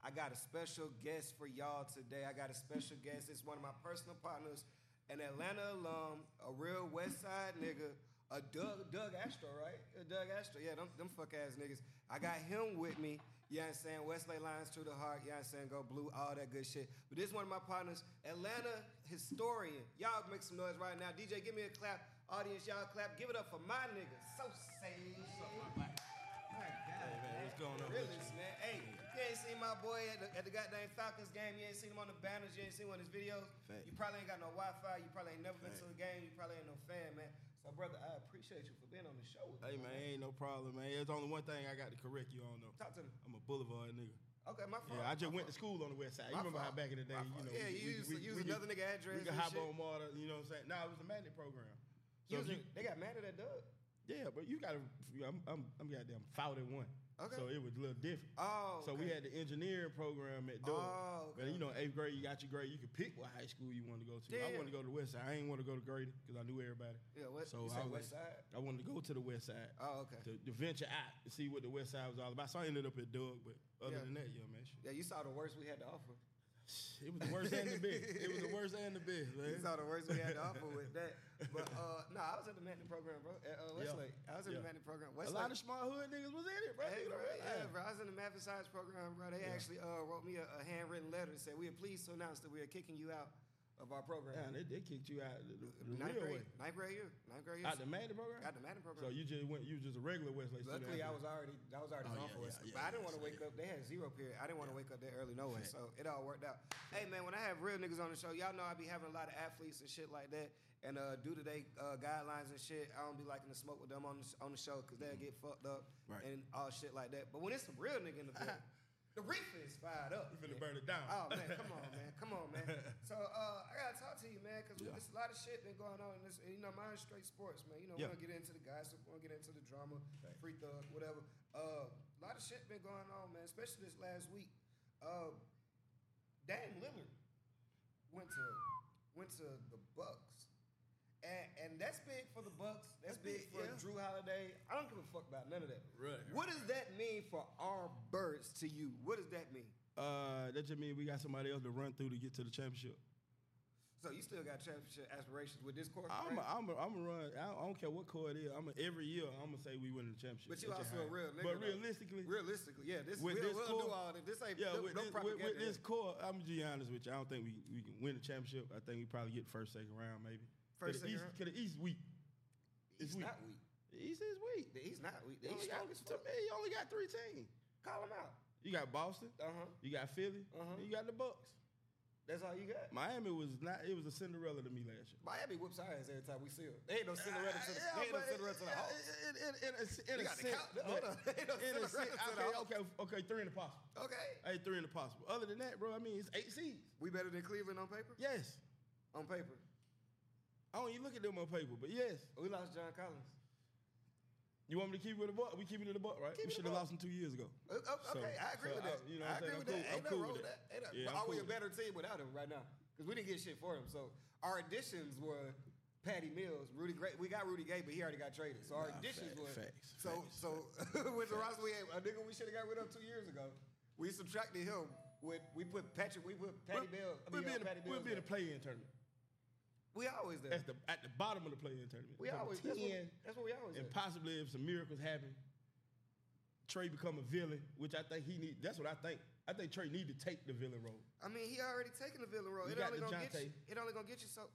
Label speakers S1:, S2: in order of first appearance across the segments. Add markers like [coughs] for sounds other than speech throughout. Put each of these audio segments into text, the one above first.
S1: I got a special guest for y'all today. I got a special guest. It's one of my personal partners, an Atlanta alum, a real West Side nigga, a Doug Doug Astro, right? A Doug Astro. Yeah, them, them fuck ass niggas. I got him with me. You know what I'm saying? Wesley Lions to the heart. You know what I'm saying? Go blue, all that good shit. But this is one of my partners, Atlanta historian. Y'all make some noise right now. DJ, give me a clap. Audience, y'all clap. Give it up for my nigga. So safe. My God, man,
S2: what's going on
S1: Realest, man. Hey, you ain't seen my boy at the, at the goddamn Falcons game. You ain't seen him on the banners. You ain't seen one of his videos.
S2: Fact.
S1: You probably ain't got no Wi-Fi. You probably ain't never been to a game. You probably ain't no fan, man. So, brother, I appreciate you for being on the show. With
S2: Hey
S1: me,
S2: man, ain't no problem, man. There's only one thing I got to correct you on though.
S1: Talk to me.
S2: I'm a boulevard nigga.
S1: Okay, my fault.
S2: Yeah, I just
S1: my
S2: went to
S1: fault.
S2: school on the west side. You
S1: My
S2: remember how
S1: fault.
S2: back in the
S1: My
S2: day, you
S1: fault.
S2: know.
S1: Yeah, you used to use another
S2: could-
S1: nigga address
S2: We could
S1: and
S2: hop
S1: shit.
S2: on Marta, you know what I'm saying? Nah, it was a Magic program.
S1: You was-
S2: So if you,
S1: they got mad at that Doug.
S2: yeah, but you gotta I'm I'm I'm goddamn fought at one.
S1: Okay.
S2: So it was a little different.
S1: Oh,
S2: So we
S1: okay.
S2: had the engineering program at Doug.
S1: Oh, okay.
S2: But you know, eighth grade, you got your grade. You could pick what high school you wanted to go to. I
S1: Damn.
S2: wanted to go to West Side. I didn't want to go to Grady because I knew everybody.
S1: Yeah, what-
S2: So
S1: you said
S2: I was-
S1: West Side?
S2: I wanted to go to the West Side.
S1: Oh, okay.
S2: To, to venture out to see what the West Side was all about. So I ended up at Doug, but other
S1: Yeah.
S2: than that, yeah, man, shit.
S1: Yeah, you saw the worst we had to offer.
S2: It was the worst and the best. It was the worst and the best, man.
S1: You saw the worst we had to offer with
S2: [laughs]
S1: that. But uh, no, I was at the Madden program, bro. At, uh, Westlake. I was at
S2: Yeah.
S1: the Madden program.
S2: A
S1: Westlake.
S2: lot of smart hood niggas was in it, bro.
S1: Hey,
S2: You know
S1: bro,
S2: what I'm
S1: yeah,
S2: saying?
S1: bro. I was in the math and science program, bro. They actually uh, wrote me a, a handwritten letter and said, We are pleased to announce that we are kicking you out of our
S2: Damn,
S1: program.
S2: they, they kicked you out the, the, the
S1: ninth,
S2: real way.
S1: grade, ninth grade year. Ninth grade year.
S2: Out the Madden program?
S1: Out the Madden program.
S2: So you just went, you was just a regular Westlake student.
S1: Luckily, I
S2: athlete.
S1: was already I was already
S2: Oh,
S1: gone
S2: yeah,
S1: for it,
S2: yeah, yeah,
S1: but I didn't
S2: yeah,
S1: want to
S2: so,
S1: wake
S2: yeah.
S1: up. They had zero period. I didn't want to wake up that early, no way. So it all worked out. Hey man, when I have real niggas on the show, y'all know I be having a lot of athletes and shit like that, and uh, due to they uh, guidelines and shit, I don't be liking to smoke with them on the, on the show because they'll get fucked up
S2: Mm-hmm. Right.
S1: and all shit like that. But when it's some real nigga
S2: [laughs]
S1: in the building, the reef is fired up.
S2: You finna
S1: man.
S2: burn it down.
S1: Oh man, come on, man, come on,
S2: [laughs]
S1: man. So uh, I gotta talk to you, man, because
S2: Yeah.
S1: there's a lot of shit been going on in this. And, you know, mine's straight sports, man. You know,
S2: Yeah.
S1: we don't get into the gossip, we don't get into the drama,
S2: Right.
S1: free thug, whatever. Uh, a lot of shit been going on, man. Especially this last week. Uh, Dame Lillard went to went to the Bucks. And, and that's big for the Bucks. That's big for
S2: yeah.
S1: Drew Holiday. I don't give a fuck about none of that.
S2: Right.
S1: What does that mean for our birds to you? What does that mean?
S2: Uh, that just mean we got somebody else to run through to get to the championship.
S1: So you still got championship aspirations with this course,
S2: I'm a,
S1: right?
S2: I'm a, I'm a run. I don't care what core it is. I'm a, every year I'm gonna say we winning the championship.
S1: but you
S2: That's just
S1: also a
S2: how-
S1: real nigga.
S2: But
S1: though.
S2: realistically,
S1: realistically, yeah, this
S2: with
S1: we'll,
S2: this
S1: we'll
S2: core,
S1: do all that. This ain't
S2: yeah,
S1: no,
S2: with,
S1: no
S2: this, with,
S1: propaganda.
S2: with this core, I'm gonna be honest with you. I don't think we, we can win the championship. I think we probably get first, second round, maybe.
S1: First,
S2: Cause
S1: second
S2: the East,
S1: round?
S2: Cause the East weak. It's
S1: He's
S2: weak.
S1: not weak.
S2: The East is weak.
S1: The- He's not weak. The
S2: You
S1: East strong
S2: only got-
S1: as
S2: to
S1: fuck.
S2: me, you only got three teams.
S1: Call him out.
S2: You got Boston.
S1: Uh-huh.
S2: You got Philly.
S1: Uh-huh.
S2: and you got the Bucks.
S1: That's all you got.
S2: Miami was not. It was a Cinderella to me last year.
S1: Miami whoops our ass every time we see him. They ain't no Cinderella to the,
S2: Ah, Yeah,
S1: they ain't no
S2: but-
S1: Cinderella to the Hawks.
S2: In, in, in, in a,
S1: You
S2: in a
S1: got the
S2: sense,
S1: count- hold on. [laughs]
S2: but-
S1: Ain't no
S2: in a
S1: Cinderella
S2: sense,
S1: to the
S2: okay,
S1: Hawks.
S2: okay, okay, three in the possible.
S1: Okay.
S2: Hey, three in the possible. Other than that, bro, I mean, it's eight seeds.
S1: We better than Cleveland on paper?
S2: Yes.
S1: On paper.
S2: I don't even look at them on paper, but yes.
S1: We lost John Collins.
S2: You want me to keep it with the buck? We keep it in the buck, right?
S1: Keep it
S2: we
S1: in
S2: should
S1: the
S2: have
S1: buck.
S2: lost them two years ago.
S1: O- o- Uh, Okay,
S2: So-
S1: I agree
S2: so
S1: with that.
S2: I- you know
S1: I
S2: what I'm
S1: agree with
S2: saying? I'm
S1: that.
S2: cool-
S1: Ain't
S2: I'm
S1: no
S2: cool
S1: wrong with
S2: with
S1: that.
S2: that.
S1: Ain't no-
S2: Yeah,
S1: but
S2: I'm
S1: are we
S2: cool
S1: a
S2: with
S1: better team without him right now? Because we didn't get shit for him. So our additions were Patty Mills, Rudy Gray. We got Rudy Gay, but he already got traded. So our
S2: Nah,
S1: additions
S2: fact-
S1: were
S2: facts,
S1: so
S2: facts,
S1: so [laughs] with the roster we had a nigga we should have got rid of two years ago. We subtracted him. With, we put Patrick, we put Patty Mills. I
S2: We'll
S1: mean, uh,
S2: be in
S1: Patty
S2: the,
S1: Mills.
S2: we'll be in the
S1: back.
S2: play-in tournament.
S1: we always there.
S2: That's the at the bottom of the play-in tournament.
S1: We
S2: Number
S1: always- that's what- that's what we always at.
S2: And possibly if some miracles happen, Trey become a villain, which I think he need. That's what I think. I think Trey need to take the villain role.
S1: I mean, he already taken the villain role. It
S2: You got
S1: only, gonna get
S2: DeJounte.
S1: you, it only gonna get you so.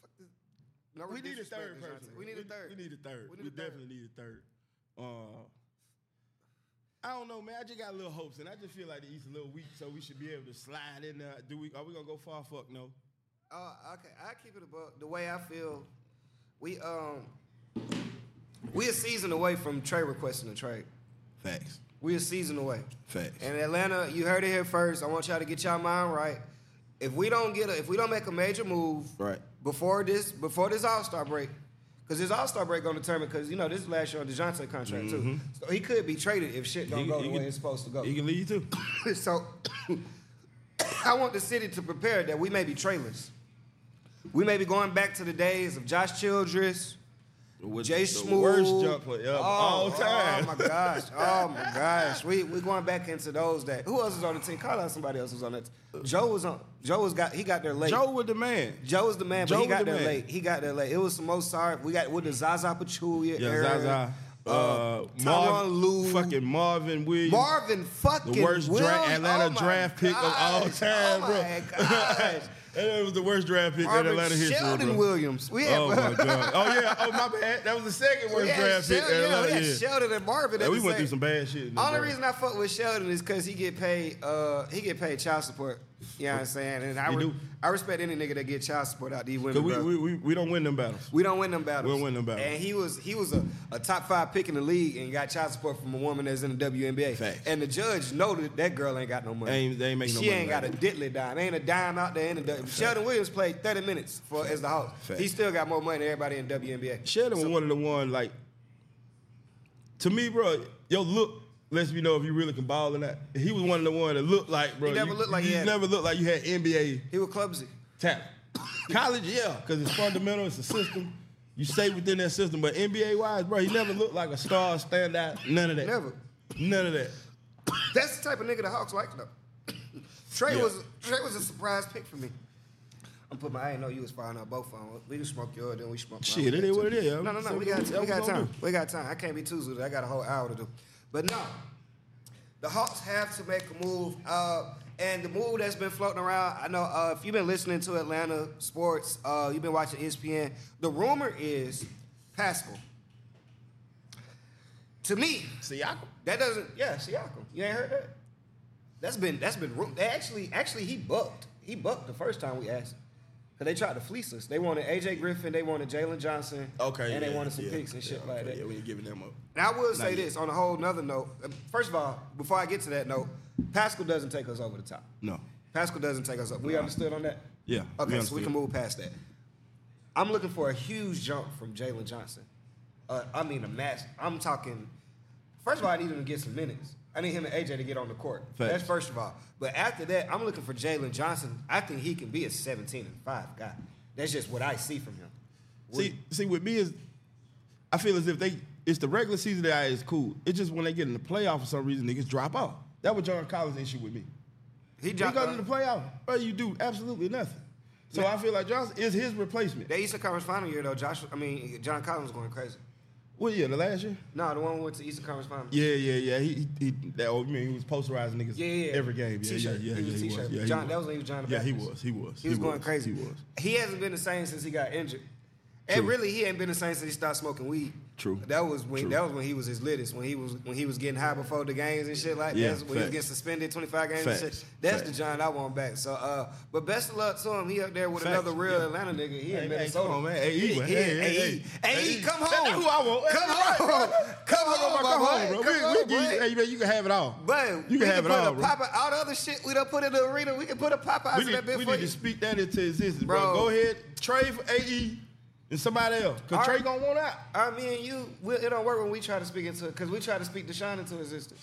S1: What the fuck? Does, no,
S2: we need a
S1: disrespect
S2: third
S1: DeJounte.
S2: person.
S1: We need a third.
S2: We need a third.
S1: We
S2: We,
S1: need a third.
S2: definitely need a third. Uh, I don't know, man. I just got a little hopes, and I just feel like the East a little weak, so we should be able to slide in there. Do we? Are we gonna go far? Fuck no.
S1: Uh, okay, I keep it above the way I feel. We um, we a season away from Trey requesting a trade.
S2: Facts.
S1: We a season away.
S2: Facts.
S1: And Atlanta, you heard it here first. I want y'all to get y'all mind right. If we don't get a, if we don't make a major move
S2: Right.
S1: before this before this All Star break, because this All Star break gonna determine because you know this is last year on Dejounte contract too, so he could be traded if shit don't
S2: He-
S1: go
S2: he
S1: the
S2: Mm-hmm. can-
S1: way it's supposed to go.
S2: You can lead too.
S1: [coughs] so I want the city to prepare that we may be trailers. We may be going back to the days of Josh Childress,
S2: Was
S1: Jay
S2: the
S1: Smooth.
S2: worst jumper of all time.
S1: Oh my
S2: [laughs]
S1: gosh. Oh my gosh. We we going back into those days. Who else was on the team? Call out somebody else was on that. Joe was on. Joe was got. He got there late.
S2: Joe was the man.
S1: [laughs] Joe was the man,
S2: Joe
S1: but he
S2: was
S1: got
S2: the
S1: there
S2: man.
S1: late. He got there late. It was some Mozart. We got with the Zaza Pachulia
S2: Yeah,
S1: era.
S2: Zaza. Uh,
S1: Tyronn Lue.
S2: fucking Marvin Williams.
S1: Marvin fucking
S2: the worst dra-
S1: Williams.
S2: Atlanta
S1: Oh my
S2: draft pick of all
S1: gosh.
S2: time,
S1: oh
S2: bro. [laughs]
S1: My gosh.
S2: it was the worst draft pick in
S1: Marvin
S2: Atlanta history,
S1: Sheldon
S2: bro.
S1: Williams. We had,
S2: Oh my god.
S1: [laughs]
S2: Oh yeah. Oh my bad. That was the second
S1: we
S2: worst
S1: had
S2: draft pick in
S1: Sheldon, yeah, we
S2: Atlanta
S1: had
S2: history.
S1: Sheldon and Marvin.
S2: Yeah,
S1: at
S2: we
S1: the
S2: went
S1: same-
S2: through some bad shit. in this
S1: Only
S2: draft.
S1: reason I fuck with Sheldon is because he get paid. Uh, he get paid child support. You know what I'm saying? And I,
S2: He
S1: re-
S2: do.
S1: I respect any nigga that get child support out these women.
S2: Cause we,
S1: bro.
S2: we, we, we don't win them battles.
S1: We don't win them battles.
S2: We don't win them battles.
S1: And he was he was a, a top five pick in the league and got child support from a woman that's in the WNBA.
S2: Facts.
S1: And the judge noted that girl ain't got no money.
S2: Ain't- they ain't making no
S1: she
S2: money
S1: ain't
S2: back
S1: got a diddly dime. Ain't a dime out there in the W. Sheldon Williams played 30 minutes for as the host.
S2: Facts.
S1: He still got more money than everybody in WNBA.
S2: Sheldon was one of the one like to me, bro, yo look lets me know if you really can ball or not. He was one of the one that looked like bro.
S1: He never
S2: you,
S1: looked like he
S2: you
S1: had it.
S2: never looked like you had NBA
S1: He was clumsy.
S2: talent. [coughs] College, yeah, because it's fundamental, it's a system. You stay within that system. But NBA wise, bro, he never looked like a star, standout, none of that.
S1: Never.
S2: None of that.
S1: That's the type of nigga the Hawks like
S2: [coughs]
S1: though. Trey
S2: Yeah.
S1: was Trey was a surprise pick for me. I'm putting my I didn't know you was firing out both of them. We can smoke yours, then we smoke mine.
S2: Shit, it is what it is, yo.
S1: No, no, no.
S2: So
S1: We got
S2: that
S1: we
S2: what
S1: got
S2: we gonna
S1: time.
S2: do.
S1: We got time. I can't be too zooted. I got a whole hour to do. But no, the Hawks have to make a move. Uh, and the move that's been floating around, I know uh, if you've been listening to Atlanta sports, uh, you've been watching ESPN. The rumor is Pascal. To me,
S2: Siakam.
S1: that doesn't. Yeah, Siakam. You ain't heard that? That's been that's been ru- they actually actually he bucked he bucked the first time we asked. Cause they tried to fleece us. They wanted AJ Griffin. They wanted Jalen Johnson.
S2: Okay.
S1: And they
S2: yeah,
S1: wanted some
S2: yeah,
S1: picks and shit
S2: yeah,
S1: like
S2: okay,
S1: that.
S2: Yeah, we ain't giving them up.
S1: And I will
S2: Not
S1: say
S2: yet.
S1: this on a whole nother note. Uh, First of all, before I get to that note, Pascal doesn't take us over the top.
S2: No.
S1: Pascal doesn't take us up. We understood on that?
S2: Yeah, we
S1: Okay, so we
S2: understood.
S1: can move past that. I'm looking for a huge jump from Jalen Johnson. Uh, I mean, a mass. I'm talking. First of all, I need him to get some minutes. I need him and AJ to get on the court.
S2: Facts.
S1: That's first of all. But after that, I'm looking for Jalen Johnson. I think he can be a 17 and 5 guy. That's just what I see from him.
S2: See, see, with me is, I feel as if they, it's the regular season that is cool. It's just when they get in the playoff for some reason, niggas drop out. That was John Collins' issue with me.
S1: he
S2: He
S1: dropped.
S2: got in
S1: the-
S2: the playoff, bro. You do absolutely nothing. So I feel like Johnson is his replacement.
S1: that Eastern Conference Final year though, Josh. I mean, John Collins was going crazy.
S2: Well, yeah, the last year.
S1: No, the one who went to Eastern Conference Final.
S2: Yeah, yeah, yeah. He, he, he that. Oh, I mean, he was posterizing niggas
S1: Yeah, yeah.
S2: every game. Yeah,
S1: T-shirt.
S2: yeah, yeah.
S1: He was
S2: yeah,
S1: a T-shirt.
S2: Yeah, he
S1: John-
S2: was.
S1: that was when he was John the
S2: Yeah, he
S1: Baptist.
S2: was. He was.
S1: He was going crazy.
S2: He was.
S1: He hasn't been the same since he got injured. And
S2: True.
S1: really, he ain't been the same since he started smoking weed.
S2: True.
S1: That was when
S2: True.
S1: that was when he was his littest. When he was when he was getting high before the games and shit like
S2: Yeah,
S1: that. When he was
S2: facts.
S1: getting suspended twenty five games and shit.
S2: Facts.
S1: That's
S2: Facts.
S1: the John I want back. So, uh, but best of luck to him. He up there with
S2: Facts.
S1: another real
S2: Yeah.
S1: Atlanta nigga. He in
S2: Hey, man,
S1: Minnesota.
S2: come on, man. Hey, E,
S1: He-
S2: man.
S1: he-
S2: Hey, hey,
S1: hey,
S2: hey.
S1: E, come
S2: That's
S1: home.
S2: who I want.
S1: Come
S2: That's
S1: home. Come home, my
S2: Come on,
S1: boy.
S2: bro.
S1: Come
S2: We-
S1: on,
S2: we give you-
S1: boy.
S2: Hey, man, you can have it all.
S1: But
S2: you
S1: we
S2: can have it
S1: put
S2: all,
S1: a
S2: bro.
S1: Popeye, all the other shit we done put in the arena, we can put a Popeye
S2: We
S1: in that
S2: need,
S1: bitch
S2: we
S1: for
S2: need
S1: you.
S2: to speak that into existence, bro.
S1: Bro.
S2: Go ahead, trade for AE and somebody else. Cause
S1: All
S2: Trey
S1: right.
S2: gonna want out.
S1: I mean, you, we, it don't work when we try to speak into it because we try to speak Deshaun into existence.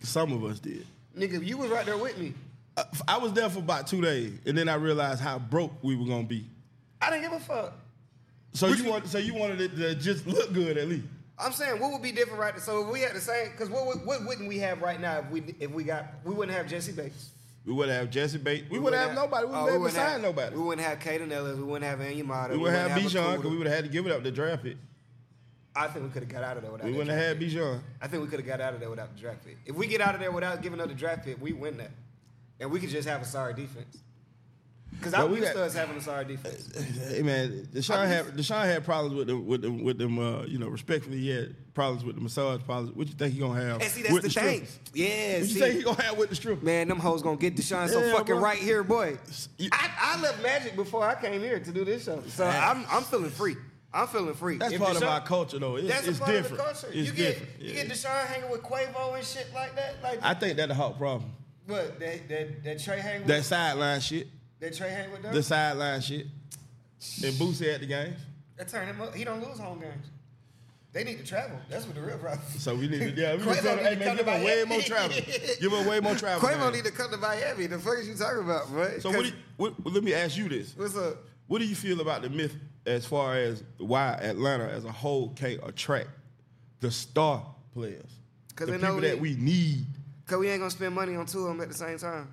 S2: Some of us did.
S1: Nigga, you was right there with me.
S2: I, I was there for about two days, and then I realized how broke we were gonna be.
S1: I didn't give a fuck.
S2: So
S1: Which
S2: you
S1: we-
S2: want, so you wanted it to just look good at least.
S1: I'm saying what would be different right So if we had the same, because what, would- what wouldn't we have right now if we if we got we wouldn't have Jesse Bates.
S2: We would have Jesse Bates. We, would have, nobody. We
S1: oh,
S2: would have
S1: wouldn't
S2: signed nobody.
S1: We wouldn't have Caden Ellis. We wouldn't have Anyamata.
S2: We would have Bijan
S1: Akuda.
S2: because we would have had to give it up to draft pick.
S1: I think we could have got out of there without.
S2: We
S1: that
S2: wouldn't have
S1: draft
S2: had
S1: pick.
S2: Bijan.
S1: I think we could have got out of there without the draft pick. If we get out of there without giving up the draft pick, we win that, and we could just have a sorry defense. Because
S2: But
S1: I'm
S2: we
S1: used
S2: got-
S1: to us having a sorry defense.
S2: Hey man, Deshaun had Deshaun had problems with them with them with them. Uh, you know, respectfully, he had problems with the massage problems. What you think he gonna have?
S1: And see, that's
S2: with
S1: the, thing.
S2: strippers?
S1: Yeah,
S2: What you think he
S1: see,
S2: gonna have with the stripper?
S1: man, them hoes gonna get Deshaun so
S2: Yeah,
S1: fucking
S2: bro.
S1: right here, boy.
S2: You-
S1: I, I left Magic before I came here to do this show, so
S2: Facts.
S1: I'm I'm feeling free. I'm feeling free.
S2: That's
S1: If
S2: part of
S1: Deshaun-
S2: our culture, though. It's,
S1: That's a
S2: it's
S1: part
S2: different.
S1: of the culture.
S2: It's
S1: you get
S2: different.
S1: you
S2: Yeah.
S1: get Deshaun hanging with Quavo and shit like that. Like
S2: I think that the hot problem.
S1: but that that that Trey hang with
S2: That sideline shit.
S1: that Trey hang with
S2: The
S1: them.
S2: sideline shit. And Boosie at the game.
S1: That turn him up. He don't lose home games. They need to travel. That's what the real problem. is.
S2: So we need to, yeah, we need to
S1: Quavo
S2: tell them,
S1: need
S2: hey,
S1: to
S2: man,
S1: come
S2: give
S1: to
S2: him way
S1: Miami. [laughs]
S2: more travel. Give him way more travel.
S1: Quavo
S2: man.
S1: need to come to Miami. The fuck is you talking about, bro?
S2: so what, do you, what, well, let me ask you this.
S1: what's up?
S2: What do you feel about the myth as far as why Atlanta as a whole can't attract the star players,
S1: 'Cause
S2: the
S1: they know
S2: people
S1: we-
S2: that we need.
S1: Cause we ain't gonna spend money on two of them at the same time.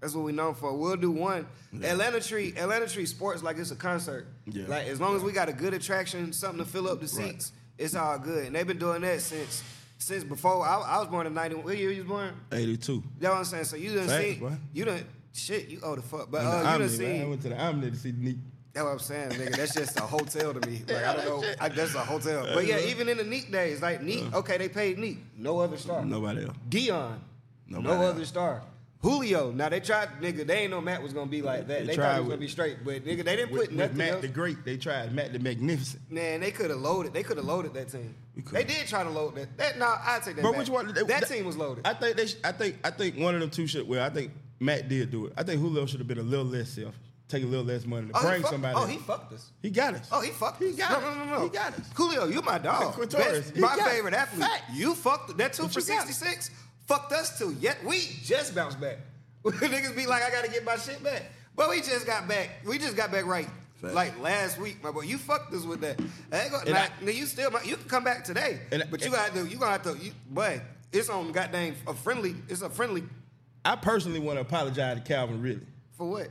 S1: That's what we known for. We'll do one. Atlanta treat Atlanta treat sports like it's a concert.
S2: Yeah.
S1: Like as long as we got a good attraction, something to fill up the
S2: Right.
S1: seats, it's all good. And they've been doing that since since before I, I was born in ninety. What year you was born?
S2: 82.
S1: You know what I'm saying? So you done
S2: Facts,
S1: seen
S2: boy.
S1: you done shit. You owe the fuck, but
S2: And the
S1: uh, you done
S2: Omni, man. I
S1: seen.
S2: went to the Omni to see Neek.
S1: That's what I'm saying, nigga. That's just a hotel to me. Like I don't know. I, that's a hotel. But yeah, even in the neat days, like neat. Okay, they paid neat. No other star.
S2: Nobody else.
S1: Dion,
S2: Nobody
S1: no
S2: else.
S1: other star. Julio. Now they tried, nigga. They ain't know Matt was gonna be like that.
S2: They
S1: They, thought
S2: tried
S1: he was
S2: with-
S1: gonna be straight, but nigga, they didn't
S2: With,
S1: put
S2: with
S1: nothing
S2: Matt
S1: else.
S2: the Great, they tried Matt the Magnificent.
S1: Man, they could have loaded. They could have loaded that team.
S2: We coulda.
S1: They did try to load that. That no, I take that.
S2: But
S1: back.
S2: which one?
S1: That, team was loaded.
S2: I think they. Sh- I think. I think one of them two should. Well, I think Matt did do it. I think Julio should have been a little less selfish, take a little less money to
S1: oh, he
S2: bring
S1: fucked,
S2: somebody.
S1: Oh,
S2: in.
S1: he fucked us.
S2: He got us.
S1: Oh, he fucked
S2: He
S1: us.
S2: got
S1: no,
S2: us.
S1: no, no, no.
S2: He got us.
S1: Coolio, you my dog.
S2: Like Quintoris,
S1: Best-
S2: he
S1: my
S2: got us.
S1: favorite athlete.
S2: Fact.
S1: You fucked that two
S2: But
S1: for
S2: you got us.
S1: 66 fucked us too. Yet we just bounced back. [laughs] Niggas be like, I gotta get my shit back. But we just got back. We just got back right.
S2: Fact.
S1: Like last week, my boy. You fucked us with that. Ain't gonna-
S2: And
S1: like, nigga, you still you can come back today.
S2: And I-
S1: but you gotta do you gonna have to you, but it's on goddamn a friendly, it's a friendly
S2: I personally want to apologize to Calvin Ridley.
S1: for what?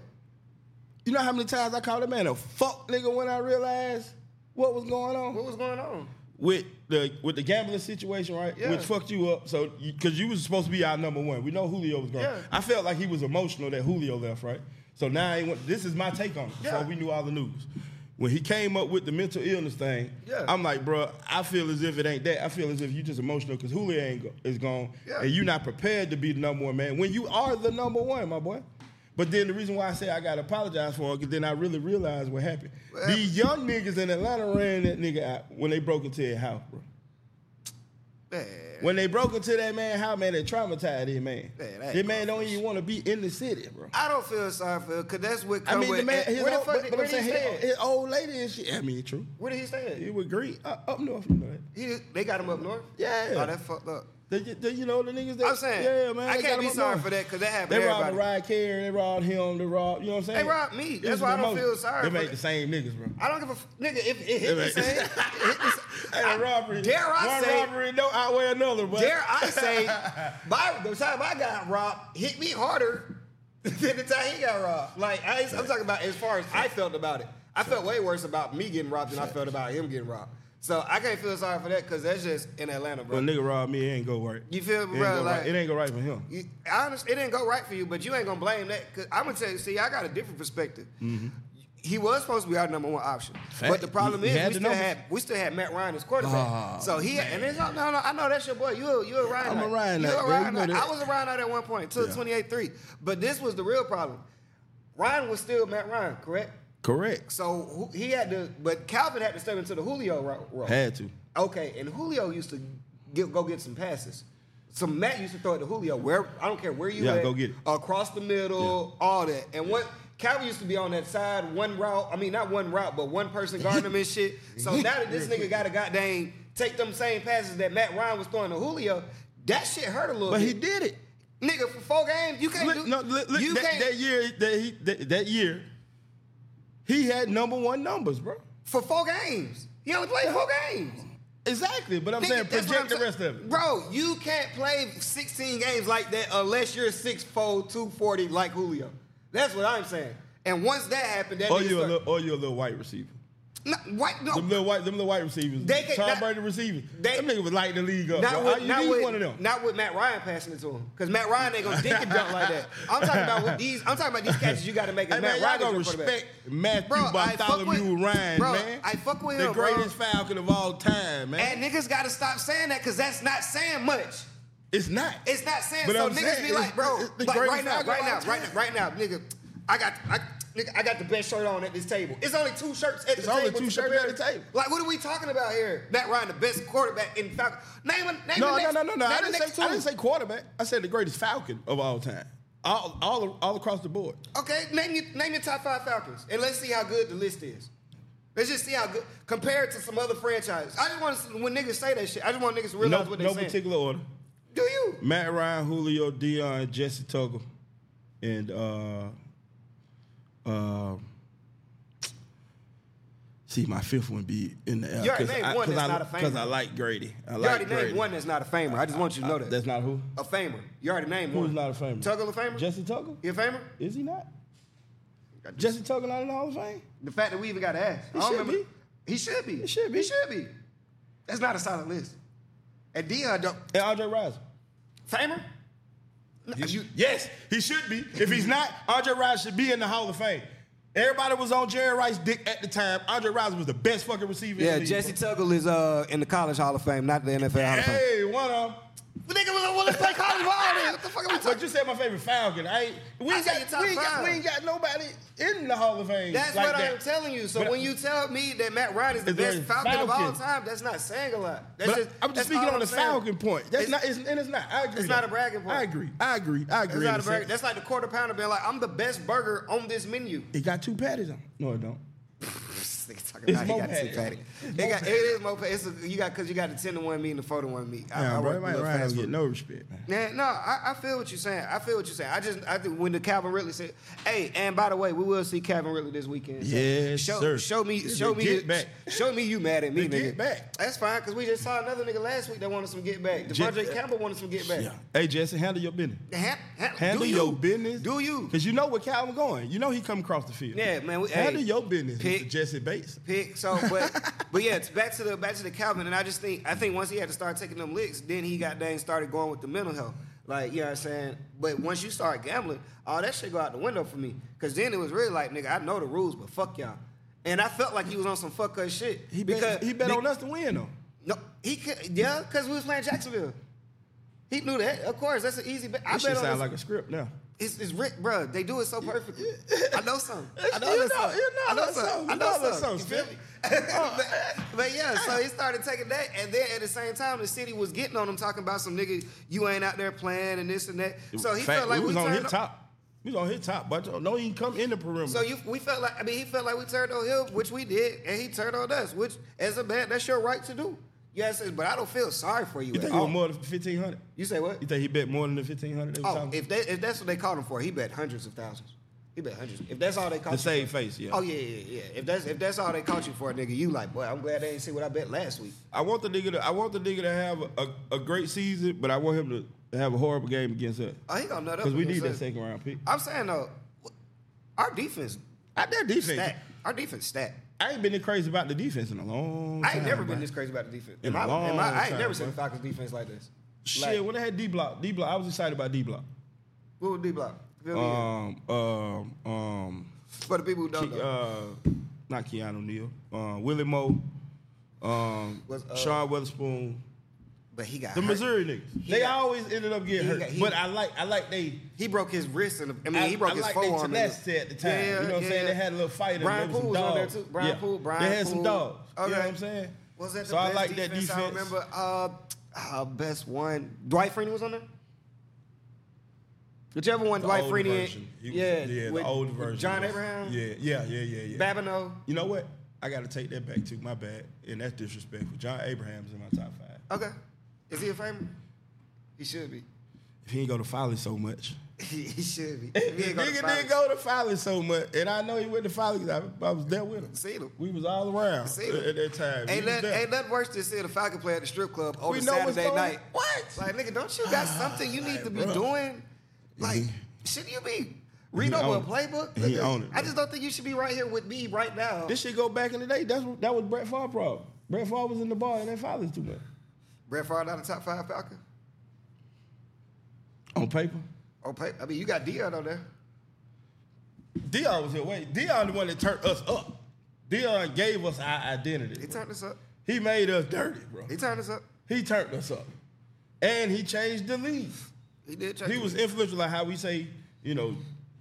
S2: You know how many times I called that man a fuck nigga when I realized what was going on
S1: What was going on?
S2: with the with the gambling situation, right?
S1: Yeah.
S2: Which fucked you up. So because you, was supposed to be our number one, we know Julio was going.
S1: Yeah.
S2: I felt like he was emotional that Julio left, right? So now I ain't want, this is my take on it.
S1: Yeah.
S2: Before we knew all the news, when he came up with the mental illness thing,
S1: Yeah.
S2: I'm like, bro, I feel as if it ain't that. I feel as if you just emotional because Julio ain't go, is gone,
S1: Yeah.
S2: and you not prepared to be the number one man when you are the number one, my boy. But then the reason why I say I gotta apologize for it, because then I really realized what happened.
S1: Well-
S2: These young niggas in Atlanta ran that nigga out when they broke into his house, bro.
S1: Man,
S2: When they broke into that man house, man, they traumatized him, man.
S1: Man, that
S2: That man don't even want to be in the city, bro.
S1: I don't feel sorry for him, cause that's what
S2: I
S1: come
S2: mean,
S1: with
S2: the man, his
S1: where the
S2: old,
S1: fuck
S2: but,
S1: did-
S2: but
S1: where
S2: I'm saying
S1: did he
S2: his,
S1: stay at?
S2: his old lady and shit. I mean, true.
S1: Where did he stay at?
S2: He was green uh, up north, you know that.
S1: He, they got him up north.
S2: Yeah.
S1: oh, that fucked up.
S2: The, the, you know the niggas that
S1: I'm saying,
S2: yeah, man.
S1: I
S2: they got
S1: can't be
S2: him up
S1: sorry
S2: north.
S1: for that because that happened
S2: They
S1: to
S2: robbed
S1: everybody.
S2: the ride carrier, they robbed him, they robbed, you know what I'm saying?
S1: They robbed me.
S2: This
S1: That's
S2: is
S1: why I don't
S2: emotional.
S1: feel sorry.
S2: They
S1: For
S2: ain't the
S1: that.
S2: same
S1: [laughs]
S2: niggas, bro.
S1: I don't give a f- nigga if it hit the
S2: They
S1: same. it
S2: [laughs] make-
S1: hit the same-
S2: Hey, a robbery.
S1: dare I
S2: one
S1: say-
S2: robbery don't outweigh another, but
S1: Dare I say, by the time I got robbed, hit me harder [laughs] than the time he got robbed. Like I, I'm talking about as far as I felt about it. I felt way worse about me getting robbed than I felt about him getting robbed. So I can't feel sorry for that because that's just in Atlanta, bro.
S2: When nigga robbed me, it ain't go right.
S1: You feel
S2: It
S1: me,
S2: ain't
S1: bro?
S2: go
S1: Like
S2: right. It ain't go right for him.
S1: You, I understand, it didn't go right for you, but you ain't gonna blame that. Cause I'm gonna tell you, see, I got a different perspective. He was supposed to be our number one option,
S2: Mm-hmm. Fact.
S1: but the problem
S2: He-
S1: is
S2: he had
S1: we
S2: the
S1: still
S2: numbers.
S1: had we still had Matt Ryan as quarterback.
S2: Oh,
S1: so he and it's no, no, I know that's your boy. You a, you a Ryan?
S2: I'm a
S1: out.
S2: Ryan
S1: You
S2: out,
S1: a
S2: man.
S1: Ryan?
S2: You know
S1: out.
S2: that.
S1: I was a Ryan out at one point till
S2: Yeah.
S1: 28-3. But this was the real problem. Ryan was still Matt Ryan, correct?
S2: Correct.
S1: So who- he had to, but Calvin had to step into the Julio ro- role.
S2: Had to.
S1: Okay, and Julio used to get, go get some passes. So Matt used to throw it to Julio. Where I don't care where you
S2: Yeah,
S1: at,
S2: go get it.
S1: across the middle, all that. And what Calvin used to be on that side, one route. I mean, not one route, but one person guarding
S2: [laughs]
S1: him and shit. So now that this nigga got a goddamn take them same passes that Matt Ryan was throwing to Julio, that shit hurt a little.
S2: But
S1: bit.
S2: he did it.
S1: nigga for four games. You can't
S2: Look,
S1: do
S2: no, look, look,
S1: you
S2: that,
S1: can't
S2: that year, that, he, that, that year, he had number one numbers, bro.
S1: for four games. He only played four games.
S2: Exactly, but I'm
S1: Nigga,
S2: saying
S1: that's what
S2: project
S1: I'm
S2: the
S1: sa-
S2: rest of it.
S1: Bro, you can't play 16 games like that unless you're 6'4, 240 like Julio. That's what I'm saying. And once that happened, that nigga
S2: Or Oh, you a
S1: start-
S2: little, or you a little white receiver.
S1: no, white, no.
S2: Them little white, them little white receivers.
S1: Oh. They can't-
S2: Tom
S1: not-
S2: Brady receivers.
S1: they-
S2: them nigga was lighting the league up.
S1: Not
S2: bro.
S1: with,
S2: All you
S1: not,
S2: need
S1: with,
S2: one of them.
S1: not with Matt Ryan passing it to him, because Matt Ryan ain't gonna dick and dunk like that. I'm talking about with these. I'm talking about these catches you got to make.
S2: Hey,
S1: and Matt
S2: man,
S1: Ryan
S2: y'all gonna
S1: is your quarterback.
S2: respect Matthew
S1: Bro, I fuck with-
S2: Bartholomew Ryan,
S1: bro,
S2: man.
S1: I fuck with
S2: the
S1: him, bro.
S2: greatest Falcon of all time, man.
S1: And niggas got to stop saying that, because that's not saying much.
S2: it's not.
S1: It's not saying
S2: But
S1: so.
S2: I'm
S1: niggas
S2: saying,
S1: be like,
S2: it's-
S1: bro,
S2: it's the
S1: like,
S2: greatest
S1: right now,
S2: Falcon
S1: right
S2: of all
S1: now, right
S2: time.
S1: now, right now, nigga, I got, I, nigga, I got the best shirt on at this table. It's only two shirts at
S2: It's
S1: the
S2: only
S1: table.
S2: two
S1: to
S2: shirts
S1: compare
S2: at the
S1: to.
S2: table.
S1: Like, what are we talking about here? Matt Ryan, the best quarterback in Falcon. Name, a- name
S2: no,
S1: the
S2: no,
S1: next,
S2: no, no, no.
S1: Name
S2: I
S1: the
S2: didn't,
S1: next
S2: say, I didn't
S1: two.
S2: say quarterback. I said the greatest Falcon of all time. All, all, all across the board.
S1: Okay, name your, name your top five Falcons, and let's see how good the list is. Let's just see how good compared to some other franchises. I just want to, when niggas say that shit. I just want niggas to
S2: No,
S1: realize what they're
S2: no
S1: saying.
S2: particular order.
S1: Do you?
S2: Matt Ryan, Julio, Dion, Jesse Tuggle, and uh, uh, See, my fifth one be in the L.
S1: You already
S2: 'cause
S1: named
S2: I,
S1: one that's
S2: I,
S1: not a
S2: Because
S1: favorite.
S2: I like Grady. I
S1: You already
S2: like Grady.
S1: named one that's not a famer. I just want you to know that.
S2: That's not who.
S1: a famer. You already named
S2: Who's
S1: one.
S2: not a famer?
S1: Tuggle a famer?
S2: Jesse Tucker?
S1: you a famer?
S2: Is he not? Jesse Tucker not in the Hall of Fame?
S1: The fact that we even got to ask.
S2: He
S1: I don't
S2: should
S1: remember. He should be. He
S2: should be.
S1: He should be. That's not a solid list. And Dion don't
S2: And Andre Rice.
S1: famer. No, you-
S2: yes, he should be. If he's not, Andre Rice should be in the Hall of Fame. Everybody was on Jerry Rice's dick at the time. Andre Rice was the best fucking receiver. in
S1: yeah,
S2: the league.
S1: Jesse Tuggle is uh, in the College Hall of Fame, not the NFL Hall of Fame.
S2: Hey, one of them.
S1: The nigga was well, let's play college ball then. What the fuck are we
S2: But
S1: talking?
S2: you said my favorite Falcon. I ain't, we
S1: I
S2: ain't
S1: said
S2: got,
S1: your top
S2: we ain't got
S1: five.
S2: we ain't got nobody in the Hall of
S1: [laughs]
S2: Fame.
S1: That's
S2: like
S1: what
S2: that.
S1: I'm telling you. So
S2: But-
S1: when you tell me that Matt Ryan is the
S2: Is there
S1: best
S2: a
S1: Falcon of all
S2: Falcon?
S1: time, that's not saying a lot. That's
S2: But
S1: just,
S2: I'm just
S1: that's
S2: speaking
S1: all
S2: on
S1: I'm
S2: the
S1: saying.
S2: Falcking point. That's
S1: It's-
S2: not, it's, and it's not. I agree.
S1: It's not a bragging point.
S2: I agree. I agree. I agree.
S1: That's
S2: in
S1: not
S2: a
S1: a burger.
S2: sense.
S1: That's like the quarter pounder being like, I'm the best burger on this menu.
S2: It got two patties on. it. No, it don't.
S1: This nigga talking
S2: It's
S1: about he
S2: Mo
S1: got to
S2: Patty.
S1: sit patty. It, got, it is more patty. It's a, you got because you got the ten to one meat and the four to one meat.
S2: Nah, bro,
S1: work
S2: everybody
S1: real
S2: around
S1: fast
S2: don't
S1: for-
S2: get no respect, man.
S1: Nah, no, I, I feel what you're saying. I feel what you're saying. I just I think when the Calvin Ridley said, "Hey, and by the way, we will see Calvin Ridley this weekend." So
S2: Yes,
S1: show,
S2: sir.
S1: Show me,
S2: It's
S1: show
S2: a
S1: me,
S2: get back.
S1: show me you mad at me,
S2: The
S1: nigga.
S2: get back.
S1: That's fine because we just saw another nigga last week that wanted some get back.
S2: J-
S1: Devontae Campbell wanted some get back.
S2: Yeah. Hey, Jesse, handle your business.
S1: Ha- ha-
S2: Handle
S1: do you.
S2: your business.
S1: Do you?
S2: Because you know where Calvin going. You know he come across the field.
S1: Yeah, man, we-
S2: handle
S1: hey,
S2: your business,
S1: pick-
S2: Mr. Jesse Bates.
S1: pick. So, but
S2: [laughs]
S1: but yeah, it's back to the back to the Calvin, and I just think I think once he had to start taking them licks, then he got dang started going with the mental health. Like you know what I'm saying. But once you start gambling, all that shit go out the window for me. Cause then it was really like, nigga, I know the rules, but fuck y'all. And I felt like he was on some fuck us shit.
S2: He bet,
S1: because
S2: he bet
S1: be-
S2: on us to win though.
S1: No, he could, yeah, cause we was playing Jacksonville. He knew that, of course. That's an easy bet. I
S2: That
S1: bet
S2: shit
S1: on
S2: sound
S1: us.
S2: like a script now.
S1: It's, it's Rick, bro. They do it so
S2: [laughs]
S1: perfectly. I know something. I know
S2: You
S1: this
S2: know-
S1: something.
S2: you know
S1: I know
S2: that
S1: something.
S2: song.
S1: I
S2: You
S1: know
S2: know that
S1: something.
S2: song,
S1: You feel me? but, but yeah, so he started taking that, and then at the same time, the city was getting on him, talking about some nigga you ain't out there playing and this and that.
S2: [laughs]
S1: So he
S2: Fact,
S1: felt like
S2: we was on
S1: turned
S2: his
S1: up-
S2: top. We was on his top, but no, he didn't come in the perimeter.
S1: So you, we felt like I mean, he felt like we turned on him, which we did, and he turned on us, which as a man, that's your right to do. Yes, but I don't feel sorry for you.
S2: You
S1: at
S2: think it
S1: all.
S2: was more than fifteen hundred?
S1: you say what?
S2: You think he bet more than the fifteen hundred?
S1: Oh, if, they, if that's what they called him for, he bet hundreds of thousands. He bet hundreds. If that's all they caught
S2: the
S1: you
S2: same
S1: for-
S2: face, yeah.
S1: Oh yeah, yeah, yeah. If that's if that's all they caught you for, nigga, you like, boy, I'm glad they didn't see what I bet last week.
S2: I want the nigga. To, I want the nigga to have a, a, a great season, but I want him to have a horrible game against us
S1: Oh, he gonna nut up
S2: because we need
S1: against
S2: that
S1: us.
S2: second round pick.
S1: I'm saying though, our defense
S2: I, that defense.
S1: stat. Our defense stat.
S2: I ain't been this crazy about the defense in a long.
S1: I ain't
S2: time,
S1: never
S2: bro.
S1: been this crazy about the defense.
S2: In
S1: Am I,
S2: a long
S1: am I, I ain't
S2: time,
S1: never seen
S2: bro.
S1: the Falcons defense like this.
S2: Shit, when they had D block, D block, I was excited about D block.
S1: What would D block? Fill me in.
S2: Um, um, um,
S1: For the people who don't
S2: Ke-
S1: know,
S2: uh, not Keanu Neal, uh, Willie Moe, um,
S1: Was, uh,
S2: Sean Weatherspoon,
S1: but he got
S2: the
S1: hurt.
S2: Missouri niggas.
S1: He
S2: They
S1: got-
S2: always ended up getting
S1: he
S2: hurt,
S1: got- he-
S2: but I like, I like they.
S1: He broke his wrist, and I mean,
S2: I-
S1: he broke
S2: I
S1: his
S2: like they
S1: forearm. and-
S2: tenacity at the time.
S1: Yeah,
S2: you know what I'm saying?
S1: yeah.
S2: They had a little fight. and
S1: Brian
S2: there was
S1: Poole was
S2: some
S1: on there
S2: dogs.
S1: too. Brian
S2: yeah.
S1: Poole, Brian
S2: They had some
S1: Poole.
S2: dogs. You know
S1: Okay.
S2: what I'm saying?
S1: Was that the
S2: so
S1: best
S2: I like that
S1: defense?
S2: defense.
S1: I remember uh, uh, best one. Dwight Freeney was on there. Whichever one
S2: The
S1: Dwight
S2: older
S1: Freeney,
S2: version. He was-
S1: yeah,
S2: yeah,
S1: with
S2: the older version.
S1: John
S2: was-
S1: Abraham,
S2: Yeah, yeah, yeah, yeah, yeah.
S1: Babineau.
S2: You know what? I got to take that back too. My bad, and that's disrespectful. John Abraham's in my top five.
S1: Okay, is he a famer? He should be. [laughs]
S2: If he ain't go to Folly so much,
S1: he should be.
S2: If
S1: If he
S2: the
S1: ain't gonna
S2: nigga
S1: find
S2: didn't
S1: it,
S2: go to Folly so much, and I know he went to Folly 'cause I, I was there with him.
S1: See him.
S2: We was all around
S1: See
S2: at,
S1: him.
S2: at that time. We
S1: Ain't
S2: was
S1: nothing,
S2: there.
S1: ain't nothing worse than seeing a Falcon play at the strip club on
S2: we
S1: a
S2: know what's
S1: Saturday
S2: going-
S1: night.
S2: What?
S1: Like, nigga, don't you
S2: [sighs]
S1: got something you need
S2: Like,
S1: to be
S2: bruh.
S1: doing? Like, shouldn't you be reading
S2: He
S1: over a
S2: own it.
S1: playbook?
S2: He
S1: Nigga,
S2: own it,
S1: I
S2: bruh.
S1: just don't think you should be right here with me right now.
S2: This shit go back in the day. That's what- that was Brett Favre problem. Brett Favre was in the bar and they Folly too much
S1: Brett Favre not a top five Falcon.
S2: on paper.
S1: Oh, pay, I mean, you got Dion on there.
S2: Dion was here. Wait, Dion the one that turned us up. Dion gave us our identity.
S1: He
S2: bro.
S1: turned us up.
S2: He made us dirty, bro.
S1: He turned us up.
S2: He turned us up, and he changed the league.
S1: He did. Change
S2: He was influential, like how we say, you know,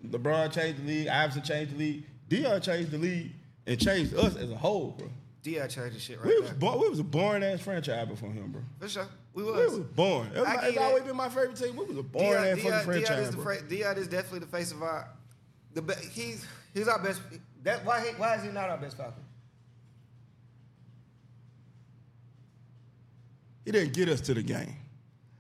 S2: LeBron changed the league, Iverson changed the league, Dion changed the league, and changed us as a whole, bro.
S1: Dion changed the shit right
S2: We was
S1: there.
S2: bo- we was a boring ass franchise before him, bro.
S1: For sure, we
S2: We
S1: was.
S2: was born. It's,
S1: I
S2: my-
S1: give
S2: it's
S1: you that.
S2: always been my favorite team. We was a boring
S1: Dion, Dion,
S2: ass fucking
S1: Dion
S2: franchise,
S1: is the
S2: bro.
S1: fra- Dion is definitely the face of our. The be- he's he's our best. That why he, why is he not our best Falcon?
S2: he didn't get us to the game.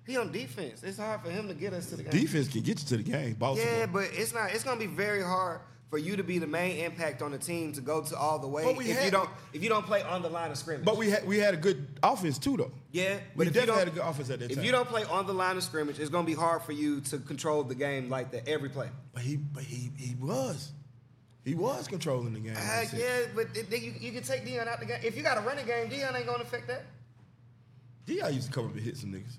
S1: He on defense. It's hard for him to get us to the game.
S2: Defense can get you to the game, Baltimore.
S1: Yeah, but it's not. It's gonna be very hard for you to be the main impact on the team to go to all the way
S2: But we
S1: if you
S2: had-
S1: don't if you don't play on the line of scrimmage.
S2: But we had we had a good offense too, though.
S1: yeah,
S2: we
S1: but if you
S2: definitely
S1: don't,
S2: had a good offense at that
S1: if
S2: time.
S1: you don't play on the line of scrimmage, it's gonna be hard for you to control the game like that every play.
S2: but he but he he was he was controlling the game.
S1: Uh,
S2: like I said.
S1: yeah, but it- then you, you can take Dion out the game. If you got a running game, Dion ain't gonna affect that.
S2: D.I. used to come up and hit some niggas.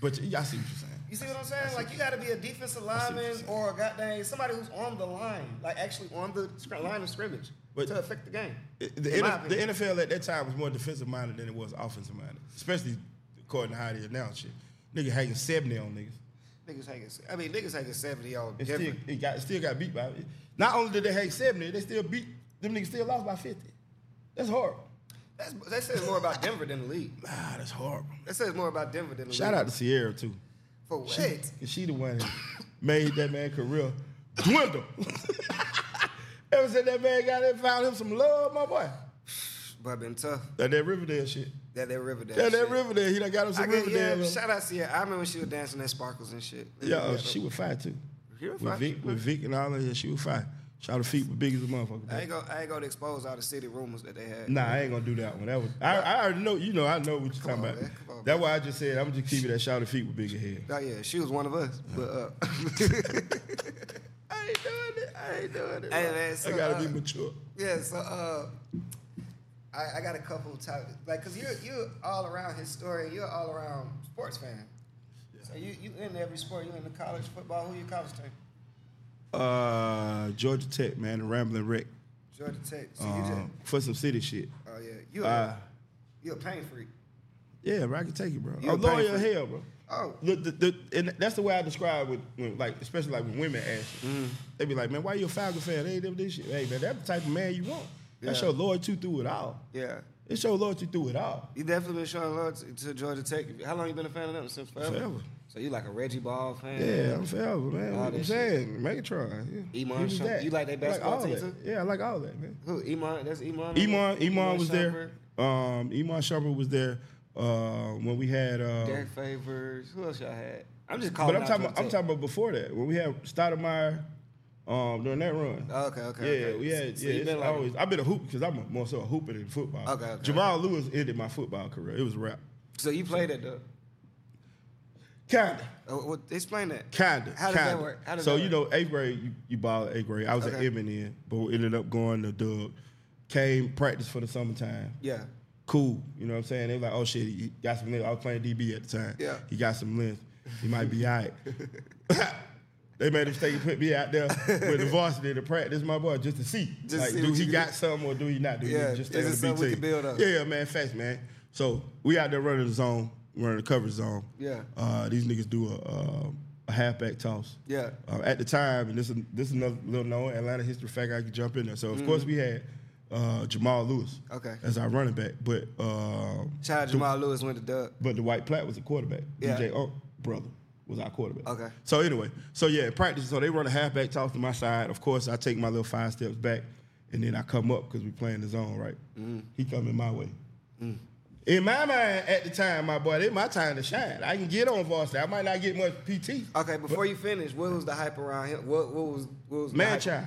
S2: But y- y'all see what you're saying.
S1: You see what I'm saying? Like you got to be a defensive lineman
S2: saying.
S1: or a goddamn somebody who's on the line, like actually on the scr- line of scrimmage
S2: But-
S1: to affect the game.
S2: It-
S1: In
S2: The,
S1: my
S2: N- the
S1: opinion.
S2: NFL at that time was more defensive minded than it was offensive minded, especially according to how they announced shit. Nigga hanging 70 on niggas.
S1: niggas hanging. I mean, niggas hanging seventy on
S2: It
S1: different.
S2: still, it got, it still got beat by. Not only did they hang 70, they still beat. Them niggas still lost by 50. That's horrible.
S1: That's, that says more about Denver than the league.
S2: Ah, that's horrible.
S1: That says more about Denver than the
S2: Shout
S1: league.
S2: out to Sierra, too.
S1: for what?
S2: She, Cause she the one that made that man career dwindle. [laughs] Ever since that man got there, found him some love, my boy.
S1: But been tough.
S2: That, that Riverdale shit.
S1: That that Riverdale.
S2: Yeah, that
S1: shit.
S2: Riverdale. He done got him
S1: I
S2: some
S1: get,
S2: Riverdale.
S1: yeah, shout out to her. I remember when she was dancing at Sparkles and shit.
S2: yeah, uh, she was fire too.
S1: She was
S2: with
S1: fire.
S2: Vic, with Vic and all of that, she was fire. Shout out feet were big as a
S1: I
S2: motherfucker.
S1: ain't gonna, I ain't gonna expose all the city rumors that they had.
S2: Nah, I ain't gonna do that one. That was I, I already know. You know, I know what you're talking
S1: on,
S2: about.
S1: man. Come on,
S2: That's why I just said I'm just keeping that shout out feet with bigger head.
S1: Oh yeah, she was one of us. But uh,
S2: [laughs]
S1: [laughs]
S2: I ain't doing it. I ain't doing it.
S1: Hey, man, so,
S2: I gotta
S1: uh,
S2: be mature.
S1: yeah, so uh, I, I got a couple of topics, like, cause you're you're all around historian, you're all around sports fan. So you you in every sport, you in the college football. Who your college team?
S2: Uh, Georgia Tech, man, the Rambling Wreck.
S1: Georgia Tech. So you just,
S2: Um, for some city shit.
S1: oh yeah, you a
S2: Uh,
S1: you a pain freak.
S2: yeah, bro, I can take it, bro.
S1: You a
S2: I'm loyal
S1: pain
S2: as
S1: freak.
S2: hell, bro.
S1: Oh,
S2: Look, the, the, and that's the way I describe with, when, like, especially like when women ask, you,
S1: Mm.
S2: they be like, "Man, why you a Falcon fan? They ain't never this shit." Hey, man, that's the type of man you want. That's
S1: Yeah.
S2: your loyalty through it all.
S1: yeah.
S2: It's your loyalty through it all.
S1: You definitely been showing love to, to Georgia Tech. How long you been a fan of them since forever?
S2: Forever.
S1: So you like a Reggie Ball fan?
S2: Yeah, I'm forever, man.
S1: All
S2: What
S1: that
S2: I'm saying, Megatron. Yeah.
S1: Iman
S2: He was
S1: Shumpert.
S2: that.
S1: You like they
S2: I
S1: basketball
S2: all
S1: team
S2: that.
S1: too?
S2: Yeah, I like all that, man.
S1: Who? Iman? That's Iman. on
S2: Iman,
S1: there?
S2: Iman was
S1: Shumpert,
S2: there. Um, Iman Shumpert was there uh, when we had. Uh,
S1: Derek Favors. Who else y'all had? I'm just calling.
S2: but I'm
S1: out
S2: talking.
S1: Georgia
S2: About, I'm
S1: Tech.
S2: talking about before that when we had Stoudemire um, during that run.
S1: Oh, okay, okay.
S2: Yeah,
S1: okay.
S2: we had.
S1: So
S2: yeah,
S1: you
S2: it's
S1: been like-
S2: always. I've been a hoop because I'm a, more so a hooper than football.
S1: Okay, okay,
S2: Jamal Lewis ended my football career. It was a wrap.
S1: So you played it though.
S2: Kinda,
S1: Uh, what, explain that.
S2: kinda.
S1: How does that
S2: kinda.
S1: work? How does
S2: so
S1: that
S2: you know, eighth grade, you, you ball at eighth grade. I was
S1: Okay.
S2: at Eminem, but we ended up going to Doug. Came practice for the summertime.
S1: Yeah.
S2: Cool, you know what I'm saying? They were like, oh shit, he got some length. I was playing DB at the time.
S1: Yeah.
S2: he got some length. He
S1: [laughs]
S2: might be all right. [coughs] They made a mistake and put me out there with the varsity to practice my boy just to see.
S1: Just
S2: like,
S1: see
S2: do
S1: what
S2: he
S1: you
S2: got some or do he not? Do
S1: Yeah,
S2: he just
S1: is
S2: stay on
S1: it something
S2: the B
S1: we
S2: team?
S1: can build up?
S2: Yeah, yeah, man, facts, man. So we out there running the zone, running the coverage zone.
S1: Yeah.
S2: Uh, these niggas do a, uh, a halfback toss.
S1: Yeah.
S2: Uh, at the time, and this is this is another little known Atlanta history fact I could jump in there. So of course we had uh, Jamal Lewis
S1: Mm-hmm. Okay.
S2: as our running back, but uh,
S1: Shout out Jamal Lewis went to Doug.
S2: but Dwight Platt was a quarterback.
S1: Yeah.
S2: DJ Unk, brother, was our quarterback.
S1: Okay.
S2: So anyway, so yeah, practice. So they run a halfback toss to my side. Of course, I take my little five steps back, and then I come up because we playing the zone, right?
S1: Mm-hmm.
S2: He coming my way.
S1: Mm.
S2: In my mind, at the time, my boy, it's my time to shine. I can get on varsity. I might not get much PT.
S1: Okay, before you finish, what was the hype around him? What, what was what was the
S2: Man
S1: hype?
S2: child.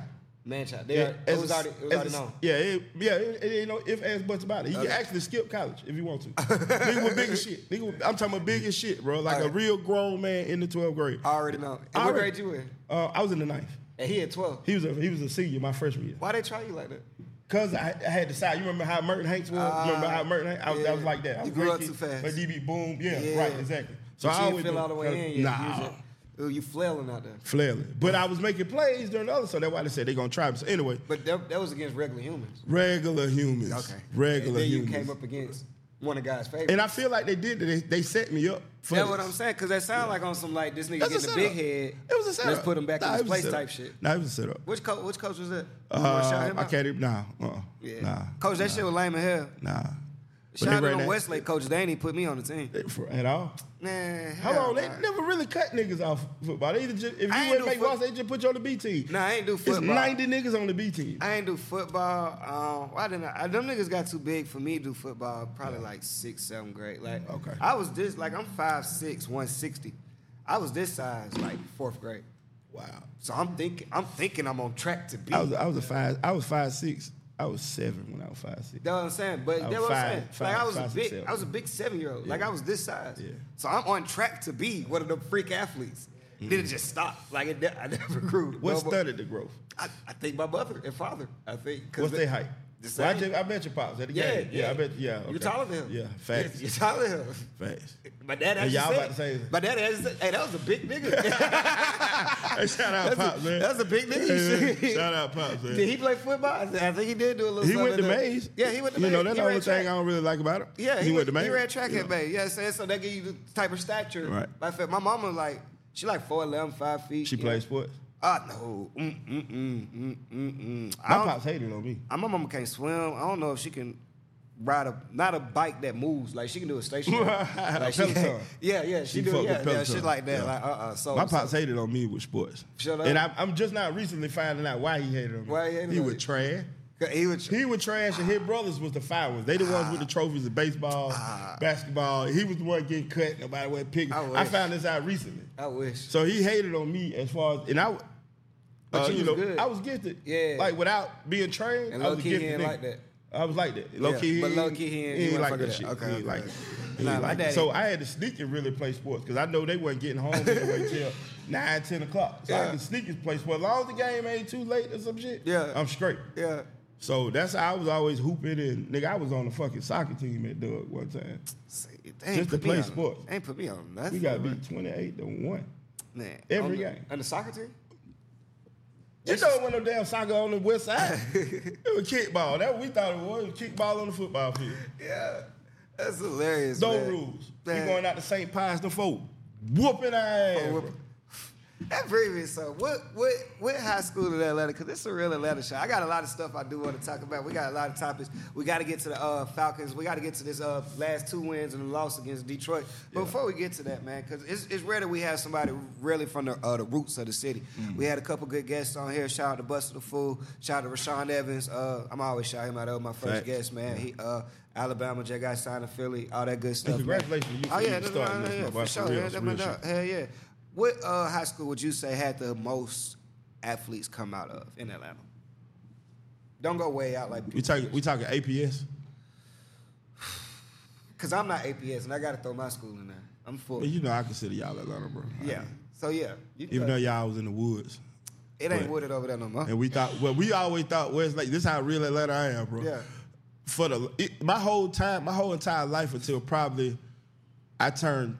S1: Manchild. They are, it
S2: as
S1: was
S2: a-
S1: already it was
S2: as
S1: already
S2: a-
S1: known.
S2: Yeah, it, yeah, it, it ain't no if, ands, buts about it. He
S1: Okay.
S2: can actually skip college if he
S1: [laughs]
S2: want to. nigga was big as shit. Nigga, was- I'm talking about big as shit, bro. Like a
S1: Alright.
S2: real grown man in the 12th grade.
S1: Already known. And what
S2: Already-
S1: grade you in?
S2: Uh, I was in the ninth.
S1: And he at twelve.
S2: He was a he was a senior my freshman year.
S1: Why they try you like that?
S2: Cause I, I had to side. You remember how Merton Hanks was?
S1: Ah,
S2: you remember how Merton? Hanks, I was I was
S1: yeah.
S2: like that. I
S1: You
S2: was
S1: grew
S2: great
S1: up
S2: kid,
S1: too fast.
S2: But DB boom, yeah,
S1: Yeah.
S2: right, exactly.
S1: So
S2: So I
S1: you didn't
S2: always
S1: feel
S2: been-
S1: all the way in. yet. You
S2: Nah,
S1: just- Ooh, you flailing out there.
S2: flailing. But I was making plays during the other, so that's why they said they gonna try me. So anyway,
S1: But that, that was against regular humans.
S2: regular humans.
S1: Okay.
S2: Regular
S1: and then
S2: humans.
S1: you came up against one of God's favorites.
S2: And I feel like they did. that. They, they set me up. For
S1: That's
S2: this.
S1: what I'm saying, because that sound like on some like this nigga
S2: That's a
S1: getting a big head.
S2: setup. It was a setup.
S1: Let's put him back
S2: Nah,
S1: in
S2: it
S1: his
S2: was a
S1: place
S2: setup.
S1: type shit.
S2: Nah, it was a setup.
S1: Which coach? Which coach was that? You wanna shout
S2: Uh,
S1: him
S2: I
S1: out?
S2: can't even. Nah. Uh. uh
S1: Yeah.
S2: Nah.
S1: Coach, that shit was lame as hell.
S2: Nah. But
S1: Shout out
S2: they
S1: to
S2: ran
S1: them
S2: that-
S1: Westlake coaches. They ain't even put me on the team.
S2: they- for- At all.
S1: Nah.
S2: How
S1: hell
S2: long? They
S1: nah.
S2: never really cut niggas off football. They either just, if
S1: I
S2: you
S1: ain't
S2: wouldn't
S1: do
S2: make
S1: foot-
S2: roster, they just put you on the B team.
S1: Nah, I ain't do
S2: it's
S1: football.
S2: ninety niggas on the B team.
S1: I ain't do football. Um, why didn't I? I- Them niggas got too big for me to do football. Probably like six, seven grade. Like,
S2: Okay.
S1: I was this like I'm five six, one sixty. I was this size like fourth grade.
S2: Wow.
S1: So I'm thinking, I'm thinking I'm on track to beat.
S2: I was I was a five I was five six. I was seven when I was five six.
S1: That's what I'm saying. But
S2: I
S1: that's
S2: was
S1: what I'm
S2: five-
S1: saying. like
S2: five-
S1: I was
S2: five,
S1: a
S2: six,
S1: big,
S2: seven.
S1: I was a big seven year old. Like I was this size.
S2: Yeah.
S1: So I'm on track to be one of the freak athletes. Then it just stopped. Like it, ne- I never [laughs] grew.
S2: What
S1: No more.
S2: started Mm-hmm. the growth?
S1: I, I think my mother and father. I think. 'cause
S2: What's
S1: the-
S2: their height?
S1: The
S2: Well, I,
S1: same.
S2: just, I bet your pops at the
S1: yeah,
S2: game. Yeah, I bet. Yeah, okay.
S1: You're taller than him.
S2: Yeah,
S1: [laughs]
S2: facts,
S1: You're taller than him.
S2: facts.
S1: My dad actually
S2: y'all
S1: said,
S2: about to say-
S1: My dad actually said, "Hey, that was a big
S2: [laughs]
S1: nigga.
S2: Hey, shout out
S1: That's a-
S2: pops, man.
S1: that's a big nigga.
S2: Hey, man,
S1: Shit.
S2: shout out pops, man.
S1: did he play football? I said, I think he did do a little.
S2: He
S1: something
S2: went to
S1: in there.
S2: Mays.
S1: Yeah, he went to
S2: You
S1: Mays.
S2: know, that's
S1: He
S2: the
S1: ran
S2: only
S1: track.
S2: thing I don't really like about him.
S1: Yeah,
S2: he,
S1: he,
S2: went to Mays.
S1: He ran track
S2: Yeah.
S1: at Bay. Yeah, so, so that give you the type of stature.
S2: Right.
S1: Matter of fact, my mama like she like 4'11", 5 feet.
S2: She
S1: you
S2: played
S1: know.
S2: sports.
S1: Ah no, mm mm mm mm mm. mm. I
S2: My
S1: don't-
S2: pops hated on me.
S1: I- my mama can't swim. I don't know if she can ride a not a bike that moves. Like she can do a stationary.
S2: [laughs]
S1: like she,
S2: Peloton.
S1: [laughs] yeah, yeah, she,
S2: She
S1: do
S2: fuck with
S1: yeah, yeah,
S2: Peloton.
S1: shit like that.
S2: Yeah.
S1: Like uh uh So
S2: My
S1: so-
S2: pops hated on me with sports.
S1: Shut up.
S2: And I, I'm just not recently finding out why he hated on me.
S1: Why he hated on
S2: would
S1: you?
S2: trash.
S1: he would
S2: He would trash, and his brothers was the fire ones. They the ones with the trophies of baseball, basketball. He was the one getting cut. Nobody went picking.
S1: Ah. I
S2: I
S1: wish.
S2: found this out recently.
S1: I wish.
S2: So he hated on me as far as, and I,
S1: But
S2: uh,
S1: you
S2: you
S1: Oh, was
S2: know,
S1: good.
S2: I was gifted.
S1: Yeah.
S2: Like without being trained,
S1: And
S2: I was a
S1: low-key he
S2: gifted.
S1: ain't
S2: nigga.
S1: like that.
S2: I was like that. Low key,
S1: but low-key he ain't- he wasn't
S2: like
S1: fucking
S2: that
S1: with
S2: shit.
S1: that. Okay,
S2: he
S1: okay,
S2: ain't like,
S1: okay.
S2: he
S1: Nah,
S2: ain't
S1: my
S2: like
S1: daddy-
S2: that. So I had to sneak and really play sports because I know they wasn't getting
S1: [laughs]
S2: home anyway till nine, ten o'clock. So I
S1: Yeah.
S2: could sneak and play sports. As long as the game ain't too late or some shit,
S1: Yeah.
S2: I'm straight.
S1: Yeah.
S2: So that's how I was always hooping and nigga, I was on the fucking soccer team at Doug one time.
S1: See, they ain't put
S2: Just to
S1: me
S2: play
S1: on-
S2: sports.
S1: they Ain't put me on nothing.
S2: We got beat twenty eight to one.
S1: Man,
S2: every
S1: on the,
S2: game.
S1: On the soccer team?
S2: You know when no damn soccer on the
S1: [laughs]
S2: west side. it was kickball. That what we thought it was. It was kickball on the football field.
S1: Yeah. That's hilarious.
S2: No
S1: man.
S2: rules.
S1: Man.
S2: We going out to St. Pius the folk. Whooping our ass.
S1: Oh,
S2: bro.
S1: well, [laughs] That brings me so what what what high school in Atlanta? Cause it's a real Atlanta show. I got a lot of stuff I do want to talk about. We got a lot of topics. We got to get to the uh, Falcons. We got to get to this uh, last two wins and the loss against Detroit. But before we get to that, man, cause it's, it's rare that we have somebody really from the uh, the roots of the city.
S2: Mm.
S1: We had a couple good guests on here. Shout out to Buster the Fool. Shout out to Rashawn Evans. Uh, I'm always shouting him out. That was my first
S2: Facts.
S1: guest, man. He uh, Alabama, Jay guy signed to Philly. All that good stuff. man.
S2: congratulations to you
S1: Oh
S2: for
S1: yeah, no,
S2: even
S1: no,
S2: starting
S1: no,
S2: this,
S1: yeah,
S2: my boy.
S1: for
S2: For
S1: sure.
S2: real,
S1: Yeah,
S2: it's
S1: that my
S2: real
S1: dog.
S2: shit.
S1: Hell yeah. What uh, high school would you say had the most athletes come out of in Atlanta? Don't go way out like
S2: We talking we talking APS.
S1: because I'm not APS and I got to throw my school in there. I'm full.
S2: Well, you know I consider y'all Atlanta, bro. I-
S1: yeah. So yeah, you
S2: even
S1: know,
S2: though y'all was in the woods.
S1: it ain't
S2: but-
S1: wooded over there no more.
S2: And we thought well, we always thought Westlake, this is how real Atlanta I am, bro.
S1: Yeah.
S2: For the it, my whole time, my whole entire life until probably I turned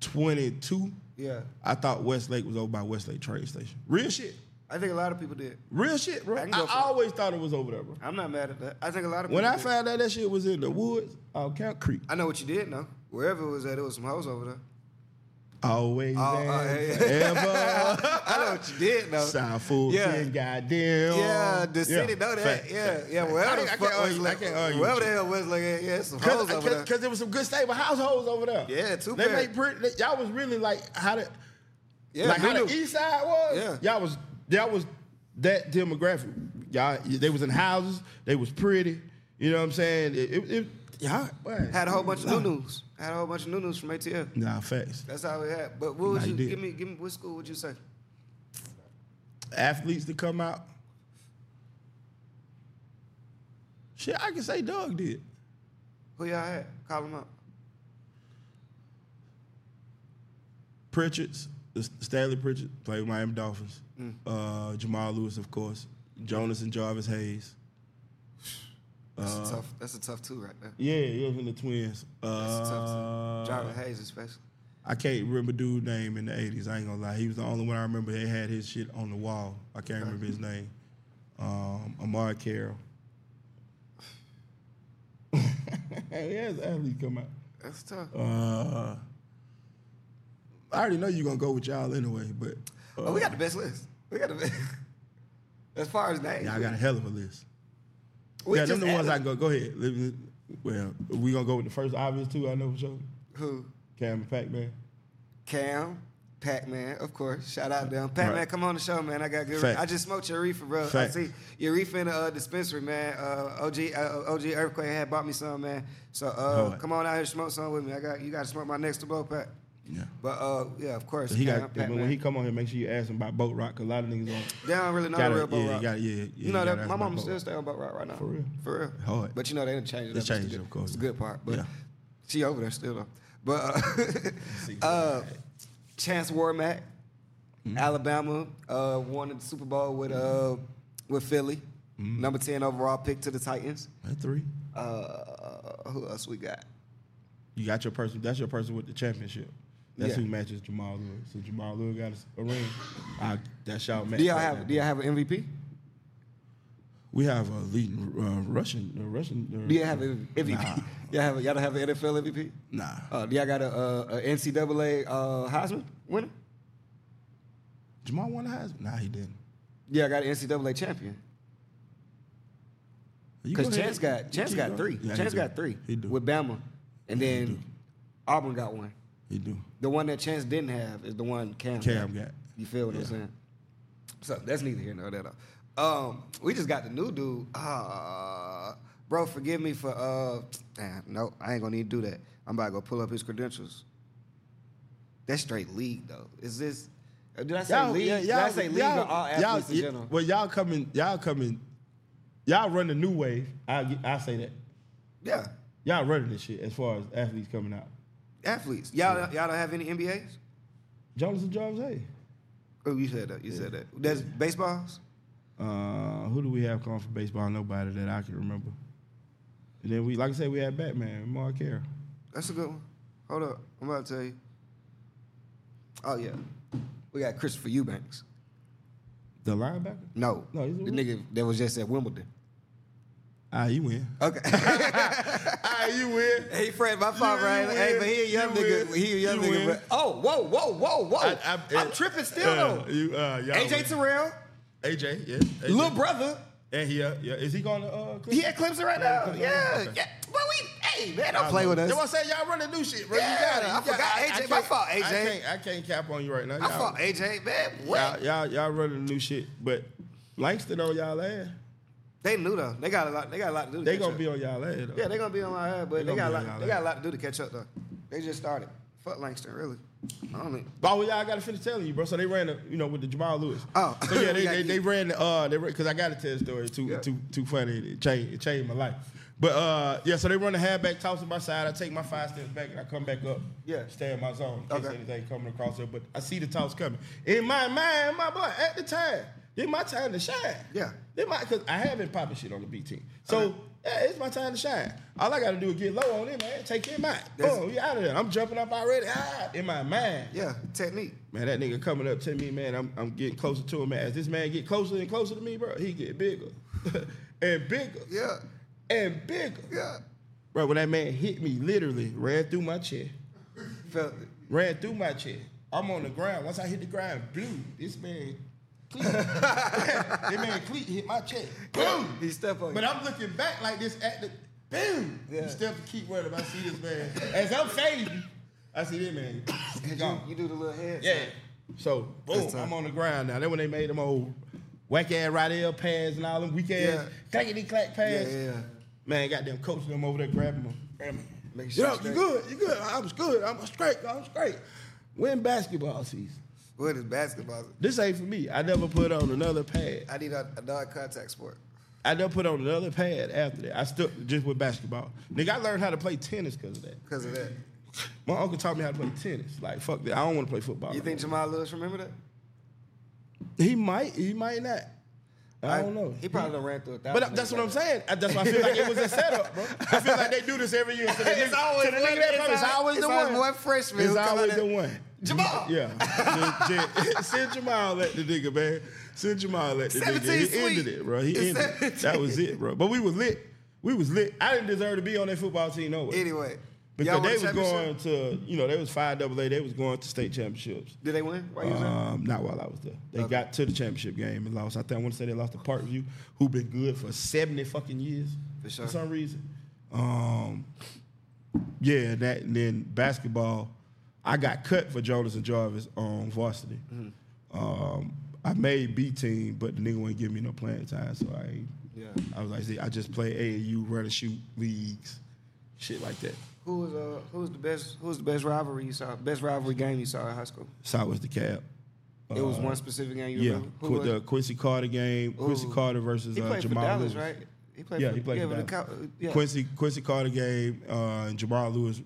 S2: twenty two,
S1: Yeah.
S2: I thought Westlake was over by Westlake train station. Real shit.
S1: I think a lot of people did.
S2: Real shit, bro.
S1: I
S2: I,
S1: can go for it.
S2: always thought it was over there, bro.
S1: I'm not mad at that. I think a lot of people.
S2: When I
S1: did.
S2: found out that shit was in the woods, on Camp Creek,
S1: I know what you did now. Wherever it was at, it was some hoes over
S2: [laughs]
S1: there.
S2: always
S1: Oh,
S2: and
S1: uh, hey. [laughs]
S2: forever.
S1: I know what you did now.
S2: South Fulton,
S1: Yeah.
S2: goddamn.
S1: Yeah, the city know that.
S2: Fact,
S1: yeah,
S2: fact,
S1: yeah.
S2: fact.
S1: Wherever
S2: I,
S1: the
S2: can't- I
S1: fuck
S2: can't argue. I
S1: Westlake,
S2: can't argue.
S1: wherever
S2: with
S1: the
S2: you.
S1: hell Westlake, at, yeah, it's some hoes over there.
S2: Because there was some good stable households over there.
S1: Yeah, two
S2: They
S1: parent.
S2: make pretty. they- y'all was really like how the
S1: Yeah,
S2: like
S1: we
S2: how the E
S1: knew.
S2: east side was.
S1: Yeah.
S2: Y'all was y'all was that demographic. Y'all they was in houses. They was pretty. You know what I'm saying? It, it, it y'all boy.
S1: Had a whole bunch of new news. Had a whole bunch of new news from ATL.
S2: Nah, facts.
S1: That's how we had. But what would
S2: Nah,
S1: you
S2: you did.
S1: give me? Give me what school would you say?
S2: athletes to come out. Shit, I can say Doug did.
S1: Who y'all had? Call them up.
S2: Pritchard's, Stanley Pritchard played with Miami Dolphins.
S1: Mm.
S2: Uh, Jamal Lewis, of course. Jonas and Jarvis Hayes.
S1: That's
S2: Uh,
S1: a tough. That's a tough two right there.
S2: Yeah, he was in the Twins.
S1: That's a tough
S2: Uh,
S1: two. Jarvis Hayes especially.
S2: I can't remember dude's name in the 80s. I ain't gonna lie. He was the only one I remember that had his shit on the wall. I can't remember his name. Um, Amari Carroll. [laughs] yes, athletes come out.
S1: That's tough.
S2: Uh, I already know you're gonna go with y'all anyway, but uh,
S1: oh, we got the best list. We got the best. [laughs] as far as names,
S2: y'all got a hell of a list.
S1: we
S2: yeah,
S1: just
S2: them the ones I
S1: added-
S2: go. Go ahead. Let me- Well, we gonna go with the first obvious two. I know for sure.
S1: who
S2: Cam and Pac Man.
S1: Cam, Pac Man, of course. Shout out to them. Pac Man,
S2: Right.
S1: come on the show, man. I got good.
S2: Facts.
S1: I just smoked your reefer, bro.
S2: Facts.
S1: I see your reefer in the uh, dispensary, man. Uh, OG, uh, OG Earthquake had bought me some, man. So uh,
S2: Hard.
S1: come on out here, smoke some with me. I got you. Got to smoke my next to blow pack.
S2: Yeah.
S1: But uh, yeah, of course.
S2: So he
S1: Pat-
S2: got
S1: Pat
S2: but when
S1: Mac-
S2: he come on here, make sure you ask him about Boat Rock. 'cause a lot of niggas on
S1: They don't really know
S2: Gotta-
S1: the real boat
S2: yeah, you
S1: rock.
S2: gotta- yeah, yeah,
S1: you
S2: you
S1: know
S2: gotta
S1: that
S2: ask
S1: my
S2: about
S1: mom
S2: Boat
S1: still
S2: Rock.
S1: stay on boat rock right now.
S2: For real.
S1: for real,
S2: Hard.
S1: But you know they didn't change it.
S2: They
S1: up. It's the
S2: changed it,
S1: good-
S2: of course.
S1: It's a good part, but
S2: Yeah.
S1: she over there still though. But [laughs] uh, uh, Chance Warmack,
S2: Hmm?
S1: Alabama, uh, won the Super Bowl with uh, with Philly,
S2: Hmm.
S1: number ten overall pick to the Titans.
S2: That three.
S1: Uh, who else we got?
S2: You got your person. That's your person with the championship. That's
S1: Yeah.
S2: who matches Jamal Lewis. So Jamal Lewis got a ring. I, that's y'all match.
S1: Do y'all
S2: right
S1: have
S2: there.
S1: Do y'all have an MVP?
S2: We have a leading uh, Russian. Uh, Russian. Uh,
S1: Do y'all have an MVP?
S2: Nah.
S1: [laughs] y'all have Y'all don't have an NFL MVP?
S2: Nah.
S1: Uh, do y'all got a, uh a NCAA uh, Heisman winner?
S2: Jamal won the Heisman. Nah, he didn't.
S1: Yeah, I got an NCAA champion.
S2: You go
S1: Because
S2: ahead.
S1: Chance got Chance
S2: Keep
S1: got
S2: going.
S1: three.
S2: Yeah, he
S1: Chance
S2: do.
S1: got three
S2: He do.
S1: with Bama, and
S2: do.
S1: then Auburn got one.
S2: he do.
S1: The one that Chance didn't have is the one Cam.
S2: Cam got.
S1: You feel what I'm
S2: Yeah.
S1: saying? So that's neither here nor there. Though. Um, we just got the new dude. Uh, bro, forgive me for. Uh, damn, no, I ain't gonna need to do that. I'm about to go pull up his credentials. That's straight league though. Is this? uh, Did I say league?
S2: yeah,
S1: did I say league or all athletes in
S2: yeah,
S1: general?
S2: Well, y'all coming, y'all coming, y'all run the new wave. I get- I say that
S1: yeah,
S2: y'all running this shit as far as athletes coming out.
S1: athletes. Y'all, y'all don't have any NBAs?
S2: Jonas and Jones, hey,
S1: Oh, you said that. You said that. That's baseballs.
S2: uh, who do we have calling for baseball? Nobody that I can remember. And then we, like I said, we had Batman, Mark Carroll.
S1: That's a good one. Hold up, I'm about to tell you. Oh yeah, we got Christopher Eubanks.
S2: the linebacker.
S1: No,
S2: No, he's a
S1: the nigga that was just at Wimbledon.
S2: Ah, you win.
S1: Okay.
S2: [laughs] Ah, you win.
S1: [laughs] hey, Fred, my father.
S2: You- you
S1: ain't- hey,
S2: win.
S1: but he a young
S2: You
S1: nigga.
S2: win.
S1: He a young
S2: You
S1: nigga.
S2: win.
S1: But, oh, whoa, whoa, whow, whoa! I,
S2: I- I-
S1: am tripping still
S2: uh,
S1: though.
S2: You, uh, y'all
S1: AJ
S2: win.
S1: Terrell,
S2: AJ, yeah. AJ.
S1: little brother.
S2: And he, uh, yeah, is he going to? Uh, Cleveland?
S1: He at Clemson right now.
S2: Clemson,
S1: yeah,
S2: okay.
S1: yeah. But we, hey man, don't play with us.
S2: That's what I said. Y'all running new shit, bro.
S1: Yeah,
S2: you got it.
S1: I
S2: You
S1: forgot
S2: got,
S1: AJ.
S2: can't-
S1: My fault,
S2: I
S1: AJ.
S2: can't, I can't cap on you right now.
S1: I
S2: Y'all,
S1: fought AJ, man. What?
S2: y'all, y'all, y'all running new shit, but Langston on y'all ass.
S1: They knew though. They got a lot. They got a lot to do. To
S2: They
S1: catch
S2: gonna
S1: up.
S2: be on y'all ass. Though.
S1: Yeah, they're gonna be on my head, but
S2: They
S1: they
S2: gonna
S1: got a
S2: be
S1: lot.
S2: on our
S1: They got
S2: head.
S1: a lot to do to catch up though. They just started. Fuck Langston, really. I don't think.
S2: Oh, well, y'all gotta finish telling you, bro. So they ran, the, you know, with the Jamal Lewis.
S1: Oh.
S2: so yeah,
S1: [laughs]
S2: they,
S1: Yeah,
S2: they,
S1: yeah.
S2: they ran. The, uh, they because I gotta tell the story. It's Too,
S1: Yeah.
S2: too, too funny. It changed, it changed my life. But uh, yeah, so they run the halfback toss to my side. I take my five steps back and I come back up.
S1: Yeah.
S2: stay in my zone. In case
S1: Okay.
S2: anything coming across there, but I see the toss coming. In my mind, my boy, at the time, it's my time to shine.
S1: Yeah.
S2: Then my because I have been popping shit on the B team, so yeah, it's my time to shine. All I gotta do is get low on it, man. Take him out.
S1: That's-
S2: Boom, you out of there. I'm jumping up already. Ah, in my mind.
S1: Yeah, technique.
S2: Man, that nigga coming up to me, man. I'm, I'm getting closer to him. Man, as this man get closer and closer to me, bro, he get bigger [laughs] and bigger
S1: Yeah,
S2: and bigger.
S1: yeah.
S2: Bro, when that man hit me, literally ran through my chair,
S1: Felt it.
S2: ran through my chair. I'm on the ground. Once I hit the ground, boom, this man, cleat, [laughs] this man cleat hit my chair, boom.
S1: He stepped on.
S2: But
S1: you.
S2: I'm looking back like this at the boom.
S1: Yeah.
S2: You step to keep running. I see this man as I'm fading. I see this man. He gone.
S1: you, you do the little head.
S2: Yeah. So uh, boom,
S1: That's tough.
S2: I'm on the ground now. Then when they made them old whack ass right ear pads and all them weak ass
S1: Yeah.
S2: clackety clack pads.
S1: Yeah, yeah.
S2: Man, goddamn coaching them over there, grabbing them. Grabbing them.
S1: Make
S2: you
S1: sure
S2: know,
S1: it's
S2: you
S1: straight.
S2: good, you good. I was good. I'm straight. I'm straight. Win basketball season.
S1: What is basketball?
S2: This ain't for me. I never put on another pad.
S1: I need a, a non-contact sport.
S2: I never put on another pad after that. I stuck just with basketball. Nigga, I learned how to play tennis because of that.
S1: Because of that,
S2: My uncle taught me how to play tennis. Like, fuck that. I don't want to play football.
S1: you think Jamal Lewis remember that?
S2: He might. He might not. I, don't know.
S1: He probably done ran through a thousand.
S2: But that's what I'm saying. Uh, That's why I feel like it was a setup, bro. I feel like they do this every year. So the
S1: It's
S2: nigga-
S1: always
S2: so the nigga
S1: one-
S2: that
S1: it's
S2: probably- it's
S1: al-
S2: always
S1: it's
S2: the
S1: always
S2: one.
S1: one freshman who
S2: It's
S1: come
S2: always
S1: out
S2: the
S1: of-
S2: one.
S1: Jamal!
S2: Yeah. [laughs] Legit. Send Jamal at the nigga, man. Send Jamal at the nigga.
S1: 17
S2: He ended
S1: sweet.
S2: it, bro. He ended it. That was it, bro. But we was lit. We was lit. I didn't deserve to be on that football team, no way.
S1: Anyway, y'all
S2: Because
S1: won
S2: they
S1: the
S2: was going
S1: championship?
S2: to, you know, they was five double A. They was going to state championships.
S1: Did they win? Why you was there?
S2: Um, not while I was there. They got to the championship game and lost. I think I want to say they lost to Parkview, who been good for seventy fucking years
S1: For sure.
S2: some reason. Um, yeah, that and then basketball. I got cut for Jonas and Jarvis on varsity.
S1: Mm-hmm.
S2: Um, I made B team, but the nigga wouldn't give me no playing time, so I ain't-
S1: Yeah.
S2: I was like, see, I just play AAU, run and shoot leagues, Shit like that.
S1: Who was uh who was the best who was the best rivalry you saw best rivalry game you saw in high school?
S2: So I was the cab.
S1: It was one specific game you
S2: Uh, Yeah,
S1: remember. Who
S2: Qu-
S1: was
S2: the
S1: it?
S2: Quincy Carter game. Quincy
S1: Ooh.
S2: Carter versus
S1: he
S2: uh,
S1: played for
S2: Jamal
S1: Dallas,
S2: Lewis.
S1: right? He played
S2: Yeah,
S1: for,
S2: he played
S1: yeah,
S2: for
S1: with the
S2: Dallas.
S1: Cow- yeah.
S2: Quincy Quincy Carter game uh, and Jamal Lewis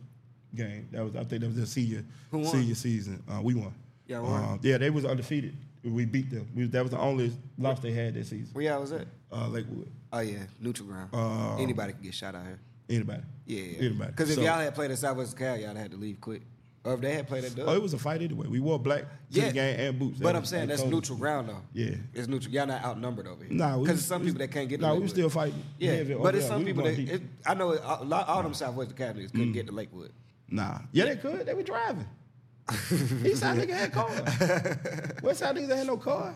S2: game. That was I think that was their senior
S1: Who won?
S2: senior season. Uh, we won.
S1: Y'all won?
S2: Uh, yeah, they was undefeated. We beat them. We, that was the only loss they had that season.
S1: Where y'all was at?
S2: Uh, Lakewood.
S1: Oh yeah, neutral ground.
S2: Um,
S1: Anybody can get shot out here.
S2: Anybody?
S1: Yeah, yeah.
S2: Anybody?
S1: Because if
S2: So-
S1: y'all had played at Southwest Cal, y'all had to leave quick. Or if they had played at Doug.
S2: oh, it was a fight anyway. We wore black to
S1: Yeah.
S2: the game and boots.
S1: but
S2: That
S1: I'm
S2: was-
S1: saying
S2: that
S1: that's
S2: told them.
S1: neutral ground though.
S2: Yeah.
S1: It's neutral. Y'all not outnumbered over here.
S2: Nah, we-
S1: because some
S2: we-
S1: people that can't get. to
S2: Nah, we were
S1: Lakewood.
S2: still fighting.
S1: Yeah,
S2: heavy over
S1: but it's
S2: there.
S1: some
S2: We
S1: people
S2: were
S1: that
S2: going
S1: it,
S2: deep.
S1: I know it- all, all them Southwest academies
S2: Mm.
S1: couldn't get to Lakewood.
S2: Nah. Yeah, they could. They were driving.
S1: [laughs]
S2: East side nigga had cars. West side niggas had no car.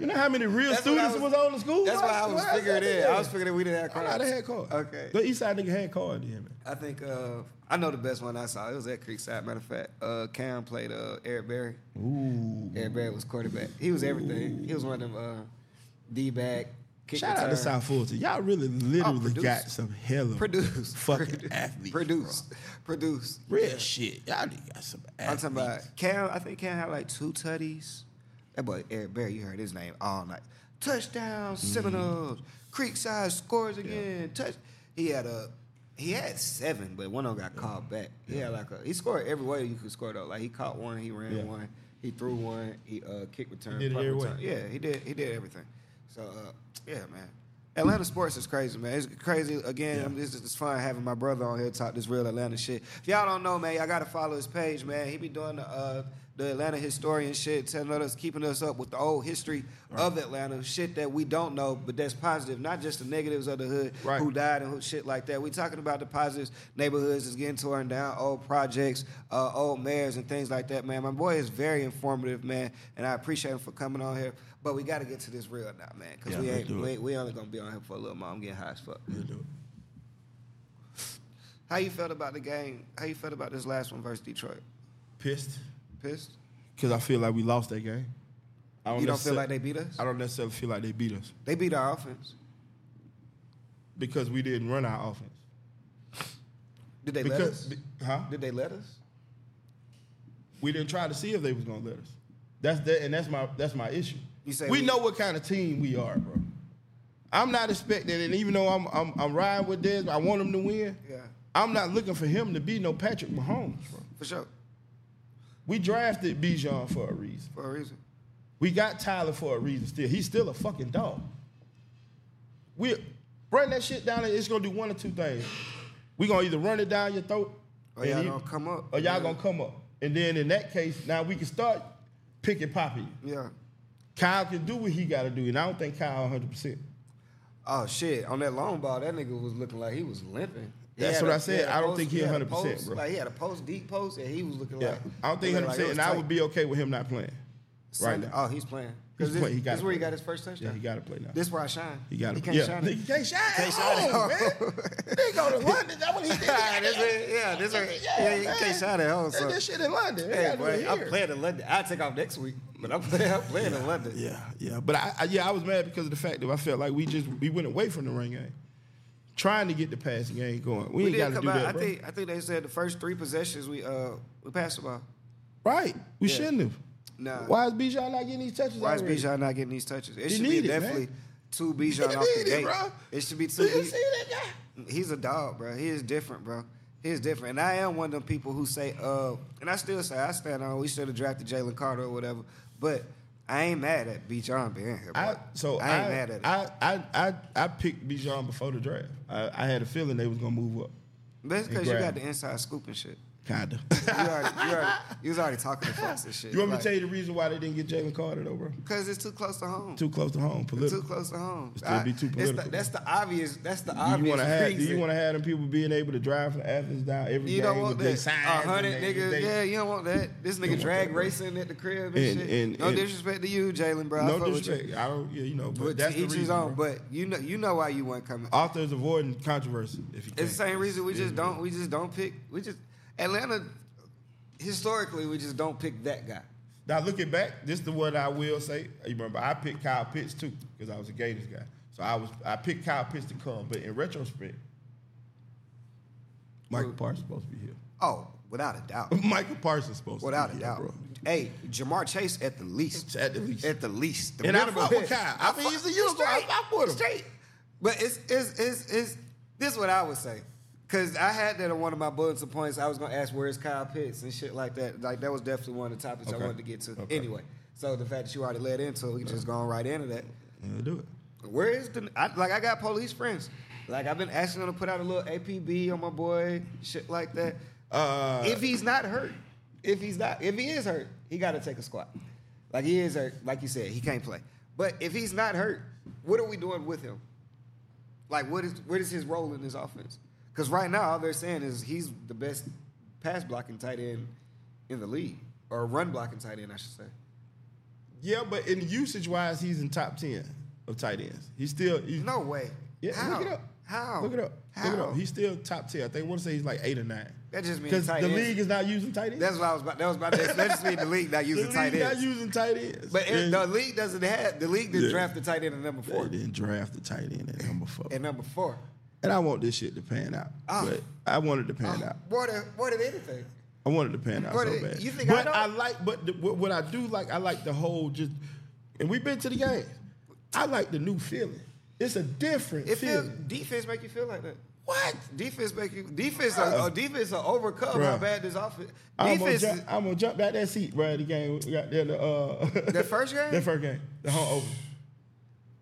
S2: You know how many real
S1: That's what I
S2: students was,
S1: was-
S2: on the school?
S1: That's
S2: bus?
S1: why I was
S2: Why is
S1: figuring
S2: that
S1: it.
S2: nigga?
S1: I was figuring we didn't have
S2: Oh,
S1: cars.
S2: nah, they had cars.
S1: Okay.
S2: The East side nigga had cars then, man.
S1: I think uh, I know the best one I saw. It was at Creekside. Matter of fact, uh, Cam played uh, Eric Berry.
S2: Ooh.
S1: Eric Berry was quarterback. He was everything. He was one of them uh, D back. kick
S2: Shout out to
S1: return.
S2: South Fulton. Y'all really literally
S1: produce.
S2: got some
S1: [laughs]
S2: hella
S1: Produce.
S2: fucking
S1: Produce.
S2: athletes.
S1: Produce. Produce.
S2: bro. Real shit. Y'all niggas got some
S1: I'm
S2: athletes.
S1: talking about Cam. I think Cam had like two tutties. That boy Eric Berry, you heard his name all night. Touchdown
S2: Mm-hmm.
S1: Seminoles. Creekside scores again. Touch. He had a. He had seven, but one of them got called back. He had like a. He scored every way you could score though. Like he caught one, he ran
S2: Yeah.
S1: one, he threw one, he uh kick return,
S2: He did it
S1: punt
S2: every way.
S1: return. Yeah, he did. He did everything. So uh, yeah, man. Atlanta sports is crazy, man. It's crazy. Again, I'm it's, it's fun having my brother on here talk this real Atlanta shit. If y'all don't know, man, y'all gotta follow his page, man. He be doing the uh, the Atlanta historian shit, telling us, keeping us up with the old history of Atlanta, shit that we don't know, but that's positive, not just the negatives of the hood
S2: Right.
S1: who died and who, shit like that. We talking about the positives, neighborhoods that's getting torn down, old projects, uh, old mayors and things like that, man. My boy is very informative, man, and I appreciate him for coming on here. But we got to get to this real now, man, because
S2: Yeah,
S1: we
S2: let's
S1: ain't
S2: do it.
S1: we, ain't- we only gonna be on here for a little while. I'm getting high as fuck.
S2: You do it.
S1: How you felt about the game? How you felt about this last one versus Detroit?
S2: Pissed.
S1: Pissed?
S2: Because I feel like we lost that game. I
S1: You don't feel
S2: necessar-
S1: like they beat us?
S2: I don't necessarily feel like they beat us
S1: They beat our offense.
S2: because we didn't run our offense.
S1: Did they let us?
S2: because be- huh?
S1: Did they let us?
S2: We didn't try to see if they was gonna let us. That's that, and that's my that's my issue.
S1: You say
S2: we,
S1: we-
S2: know what kind of team we are, bro. I'm not expecting, and even though I'm I'm, I'm riding with Des, I want him to win.
S1: Yeah,
S2: I'm not looking for him to be no Patrick Mahomes, bro.
S1: for sure,
S2: We drafted Bijan for a reason.
S1: for a reason.
S2: We got Tyler for a reason. Still, he's still a fucking dog. We run that shit down, and it's gonna do one or two things. We gonna either run it down your throat,
S1: Or
S2: and
S1: y'all
S2: you-
S1: gonna come up?
S2: or y'all
S1: Yeah.
S2: gonna come up. And then in that case, now we can start picking popping.
S1: Yeah.
S2: Kyle can do what he got to do, and I don't think Kyle 100. percent
S1: Oh shit! On that long ball, that nigga was looking like he was limping. He
S2: That's
S1: had
S2: what
S1: a-
S2: I said.
S1: had a
S2: I don't think he
S1: had a
S2: 100%,
S1: post,
S2: bro.
S1: Like he had a post, deep post, and he was looking
S2: Yeah,
S1: like.
S2: I don't think 100.
S1: looking like it
S2: percent
S1: was
S2: and I
S1: tight.
S2: would be okay with him not playing. Right
S1: Sunday-
S2: now,
S1: Oh, he's playing. 'Cause
S2: He's
S1: this,
S2: play- he
S1: this
S2: gotta
S1: where he
S2: play.
S1: got his first touchdown.
S2: yeah, he got to
S1: [laughs]
S2: play now.
S1: This where I shine.
S2: he got to.
S1: He can't
S2: yeah,
S1: shine.
S2: nigga, he can't shine.
S1: Can't shine at
S2: Oh,
S1: home. [laughs]
S2: man. they go to [laughs] London. That's what he did.
S1: this is, yeah, this is, yeah, you
S2: man.
S1: can't shine at home.
S2: They did
S1: So.
S2: this shit in London. They
S1: Hey,
S2: gotta do it
S1: boy, I'm
S2: here.
S1: playing in London. I take off next week, but I'm [laughs] playing. I'm playing in London.
S2: Yeah, yeah, but I, I yeah, I was mad because of the fact that I felt like we just we went away from the ring game, trying to get the passing game going. We,
S1: We
S2: ain't got
S1: did
S2: to
S1: come
S2: do
S1: out.
S2: that,
S1: I
S2: bro.
S1: think I think they said the first three possessions we uh we passed the ball.
S2: right? We
S1: Yeah.
S2: shouldn't have.
S1: Nah.
S2: Why is Bijan not getting these touches?
S1: Why is
S2: already?
S1: Bijan not getting these touches? It
S2: He
S1: should
S2: need
S1: be
S2: it, man.
S1: definitely two
S2: He
S1: Bijan off the
S2: need it,
S1: gate.
S2: bro.
S1: It should be
S2: Do
S1: two.
S2: you
S1: Bijan.
S2: see that guy?
S1: He's a dog, bro. He is different, bro. He is different. And I am one of them people who say, uh, and I still say, I stand on, we should have drafted Jalen Carter or whatever. But I ain't mad at B. John being here, bro.
S2: I, so
S1: I ain't mad at it.
S2: I, I I I I picked Bijan before the draft. I, I had a feeling they was gonna move up,
S1: But it's because
S2: He
S1: you
S2: grabbed
S1: got the inside scoop and shit. [laughs]
S2: kinda.
S1: You already, you already, you was already talking to folks and shit.
S2: you want me to tell you the reason why they didn't get Jalen Carter though, bro?
S1: Because it's too close to home.
S2: Too close to home,
S1: Too
S2: political.
S1: close to home.
S2: It's still be too
S1: it's the-
S2: political.
S1: that's the obvious. That's the
S2: Do you
S1: obvious
S2: want to have? Do
S1: reason.
S2: you want to have them people being able to drive from Athens down every
S1: You
S2: game
S1: don't want
S2: with their
S1: that.
S2: signs
S1: A
S2: and
S1: hundred
S2: they-
S1: niggas.
S2: they-
S1: yeah, you don't want that. This
S2: don't
S1: nigga
S2: want
S1: drag
S2: that, bro.
S1: racing at the crib and,
S2: And-
S1: shit.
S2: and-
S1: no
S2: and-
S1: disrespect to you, Jalen, bro. I
S2: No
S1: fuck with you.
S2: disrespect. I don't. Yeah, you know, but,
S1: But
S2: that's
S1: to
S2: the
S1: each his
S2: reason.
S1: own.
S2: bro. Oh,
S1: But you know, you know why you weren't coming.
S2: Authors avoiding controversy. If you can.
S1: It's the same reason we
S2: It
S1: just
S2: is.
S1: don't. We just don't pick. We just Atlanta. Historically, we just don't pick that guy.
S2: Now looking back, this is the one I will say. You remember, I picked Kyle Pitts too because I was a Gators guy. So I was I picked Kyle Pitts to come, but in retrospect, Michael Parsons supposed to be here.
S1: Oh, without a doubt.
S2: [laughs] Michael Parsons supposed
S1: Without
S2: to
S1: a
S2: be
S1: doubt.
S2: here, bro.
S1: Hey, Jamar Chase at the least.
S2: At the least.
S1: At the least. The
S2: And I
S1: real-
S2: fuck with Kyle. I mean, he's a unicorn. I fuck with him.
S1: Straight. But it's, it's, it's, it's, this is what I would say. Because I had that on one of my bulletin points. I was going to ask, where's Kyle Pitts and shit like that. Like, that was definitely one of the topics I
S2: Okay.
S1: wanted to get to.
S2: Okay.
S1: Anyway, so the fact that you already led into it, we just going right into that.
S2: Yeah, do it.
S1: Where is the I, like? I got police friends. Like I've been asking them to put out a little APB on my boy, shit like that.
S2: Uh,
S1: if he's not hurt, if he's not, if he is hurt, he got to take a squat. Like he is hurt, like you said, he can't play. But if he's not hurt, what are we doing with him? Like what is what is his role in this offense? Because right now all they're saying is he's the best pass blocking tight end in the league, or run blocking tight end, I should say.
S2: yeah, but in usage wise, he's in top ten of tight ends. He's still he's,
S1: No way.
S2: Yeah,
S1: How?
S2: look it up.
S1: How?
S2: Look it up.
S1: How?
S2: Look it up. He's still top ten. I think I want to say he's like eight or nine.
S1: That just means
S2: Because
S1: tight
S2: the
S1: ends.
S2: league is not using tight ends.
S1: That's what I was about. That was about. To, that just mean the league not
S2: [laughs] the
S1: using
S2: league
S1: tight
S2: not
S1: ends.
S2: using tight ends.
S1: But it,
S2: And
S1: the league doesn't have the league didn't
S2: Yeah.
S1: draft the tight end at number
S2: they
S1: four.
S2: didn't draft the tight end at number four.
S1: At number four,
S2: And I want this shit to pan out.
S1: Ah.
S2: But I wanted to
S1: Uh,
S2: pan out.
S1: what did what did anything?
S2: I wanted to pan out
S1: What,
S2: so bad.
S1: you think I
S2: but
S1: don't?
S2: I, like, but the, what, what I do like, I like the whole just, and we've been to the game. I like the new feeling. It's a different
S1: It feel,
S2: feeling.
S1: defense make you feel like that.
S2: what?
S1: Defense make you defense. Uh,
S2: Bruh.
S1: defense will overcome how
S2: Bruh.
S1: bad this offense.
S2: I'm gonna,
S1: Defense.
S2: jump, I'm gonna jump back that seat, bro. The game we got there. The, uh,
S1: The
S2: [laughs]
S1: first game?
S2: The first game. The home over.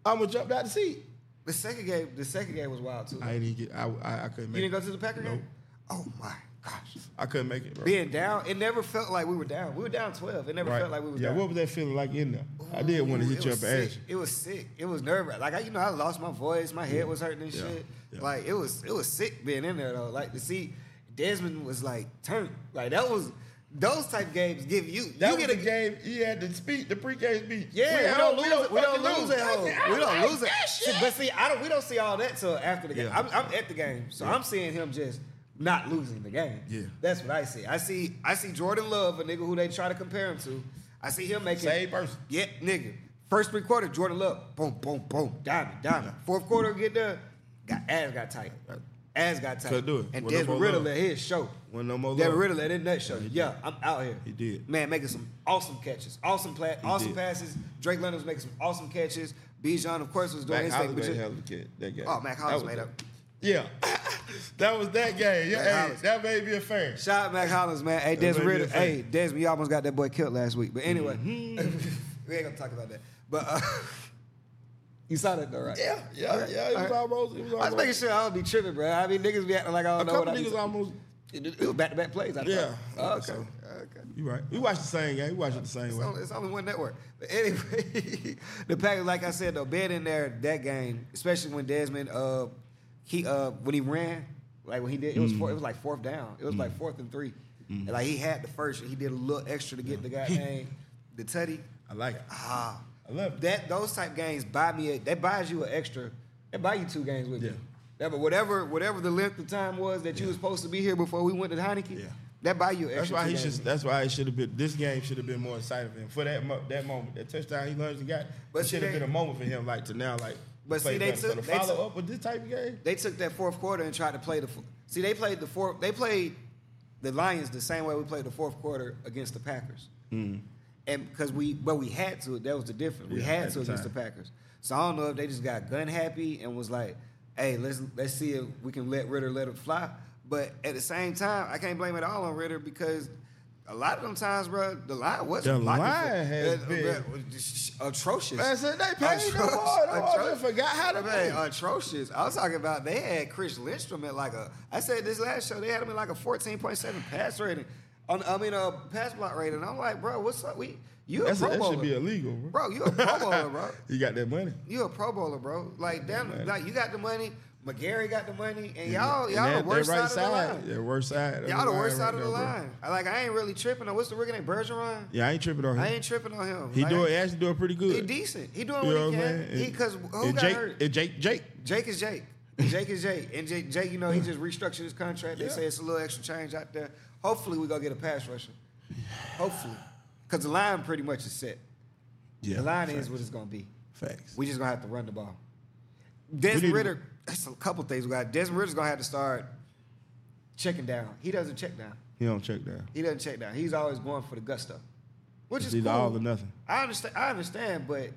S2: I'm gonna jump back the seat.
S1: the second game. The second game was wild too.
S2: I didn't get. I I, I couldn't
S1: you
S2: make.
S1: didn't
S2: it.
S1: go to the Packer
S2: Nope.
S1: game. Oh my gosh.
S2: I couldn't make it, bro.
S1: Being down, it never felt like we were down. We were down twelve. It never
S2: Right.
S1: felt like we were
S2: yeah.
S1: down.
S2: What was that feeling like in there? I did want to
S1: Ooh,
S2: hit
S1: it
S2: you up
S1: was
S2: and
S1: sick.
S2: ask.
S1: It
S2: you.
S1: was sick. It was nerve wracking. Like I, you know, I lost my voice. My head was hurting and
S2: Yeah.
S1: shit.
S2: Yeah.
S1: Like it was, it was sick being in there though. Like to see Desmond was like turned. Like that was those type games give you.
S2: That
S1: you
S2: was a game. He had to speak the pregame speech.
S1: Yeah, we,
S2: had
S1: don't
S2: no-
S1: lose. We don't
S2: fucking
S1: lose at home.
S2: I
S1: We don't
S2: like
S1: lose it.
S2: that
S1: See,
S2: shit.
S1: But see, I don't. We don't see all that till after the game.
S2: Yeah.
S1: I'm, I'm at the game, so I'm seeing him just not losing the game.
S2: Yeah.
S1: that's what I see. I see. I see Jordan Love, a nigga who they try to compare him to. I see him making
S2: Same person.
S1: Yeah, nigga. First three quarter, Jordan Love, boom, boom, boom, diamond, diamond. Fourth quarter, get there, got ass got tight. Ass got tight.
S2: Couldn't do it.
S1: And
S2: Wasn't no
S1: Desmond
S2: more
S1: Riddle
S2: love.
S1: let his show.
S2: Wasn't no more
S1: Desmond
S2: love.
S1: Riddle let his nut show. Yeah, I'm out here.
S2: He did.
S1: Man, making some awesome catches, awesome pla- awesome
S2: did.
S1: passes. Drake London was making some awesome catches. Bijan, of course, was doing
S2: Mac
S1: his thing.
S2: Hollins
S1: But
S2: made a
S1: you-
S2: hell of a kid. That game.
S1: Oh, Mac
S2: That
S1: Hollins
S2: was
S1: made
S2: it.
S1: up. [laughs]
S2: Yeah, that was that game. Yeah,
S1: Mac
S2: hey,
S1: Hollins.
S2: that made me a fan.
S1: Shout out Mac Hollins, man. Hey,
S2: That
S1: Desmond
S2: made me
S1: Riddle.
S2: a fan.
S1: Hey, Desmond, you almost got that boy killed last week. But anyway,
S2: Mm-hmm.
S1: [laughs] we ain't gonna talk about that. But uh, [laughs] you saw that though, right?
S2: Yeah, yeah, yeah. It was almost. It was
S1: I
S2: almost.
S1: was making sure I don't be tripping, bro. I mean, niggas be acting like I
S2: a
S1: don't know
S2: couple
S1: what I be.
S2: niggas almost.
S1: It was back to back plays. I thought.
S2: Yeah.
S1: Oh, okay.
S2: So-
S1: Okay.
S2: You right. We watched the same game. We watched it the same
S1: It's
S2: way.
S1: only, it's only one network. But anyway, [laughs] the Packers, like I said, though, being in there that game, especially when Desmond, uh, he uh, when he ran, like when he did, it was four, it was like fourth down. It was like fourth and three. And like he had the first, he did a little extra to get the guy name, the tutty.
S2: I like it.
S1: Ah,
S2: I love it.
S1: that those type games buy me a, that buys you an extra that buy you two games with
S2: Yeah.
S1: you. Yeah, but whatever whatever the length of time was that you was supposed to be here before we went to Heineken,
S2: Yeah.
S1: that buy you an
S2: That's
S1: extra.
S2: why
S1: two
S2: he should.
S1: games.
S2: That's why it should have been. This game should have been more exciting for him. For that mo- that moment, that touchdown he lunged and got,
S1: But
S2: it should
S1: see,
S2: have
S1: they-
S2: been a moment for him. Like to now, like.
S1: But
S2: play
S1: see, they
S2: better. So
S1: took-
S2: to
S1: they
S2: follow
S1: took-
S2: up with this type of game.
S1: They took that fourth quarter and tried to play the. fo- See, they played the fourth. They played the Lions the same way we played the fourth quarter against the Packers. And because we, but we had to. That was the difference. we
S2: Mm-hmm. Yeah,
S1: had
S2: at
S1: to
S2: the
S1: against
S2: time.
S1: the Packers. So I don't know if they just got gun happy and was like, "Hey, let's let's see if we can let Ritter let it fly." But at the same time, I can't blame it all on Ritter because a lot of them times, bro, the line wasn't
S2: The
S1: blocking
S2: line
S1: for-
S2: has
S1: uh,
S2: been-
S1: uh, atrocious.
S2: Man, said they paid no
S1: Atrocious.
S2: more. No more. They
S1: Atrocious.
S2: forgot how to
S1: Man,
S2: play.
S1: atrocious. I was talking about they had Chris Lindstrom at like a. I said this last show they had him at like a fourteen point seven pass rating. On I mean a pass block rating. I'm like, bro, what's up? We you a
S2: That's,
S1: pro
S2: that
S1: bowler,
S2: should be illegal, bro.
S1: bro? You a
S2: [laughs]
S1: pro bowler, bro?
S2: You got that money.
S1: You a pro bowler, bro? Like damn,
S2: man.
S1: like you got the money. McGarry got the money, and y'all,
S2: And
S1: y'all
S2: that-
S1: the
S2: that
S1: worst
S2: right
S1: side, of the line.
S2: Yeah, worst side. of
S1: Y'all the
S2: line
S1: worst
S2: right
S1: side of
S2: there,
S1: the
S2: bro.
S1: line. I, like I ain't really tripping on what's the rookie name Bergeron.
S2: Yeah, I ain't tripping on him.
S1: I ain't tripping on him.
S2: he
S1: Like,
S2: doing actually doing pretty good.
S1: He decent. He doing
S2: You know
S1: what
S2: what
S1: he
S2: I'm
S1: can.
S2: saying?
S1: He
S2: And-
S1: because who
S2: and
S1: got
S2: Jake,
S1: hurt?
S2: And Jake, Jake.
S1: Jake is Jake. Jake is Jake. And Jake, Jake, you know, he just restructured his contract. They
S2: Yeah.
S1: say it's a little extra change out there. Hopefully, we going to get a pass rusher. Hopefully. Because the line pretty much is set.
S2: Yeah,
S1: the line
S2: facts,
S1: is what it's going to be.
S2: facts.
S1: We just going to have to run the ball.
S2: We
S1: Desmond
S2: need to-
S1: Ritter, that's a couple things we got. Desmond Ritter's going to have to start checking down. He doesn't check down.
S2: He don't check down.
S1: He doesn't check down. He's always going for the gusto, which is
S2: It's either
S1: cool.
S2: all or nothing.
S1: I understand. I understand, but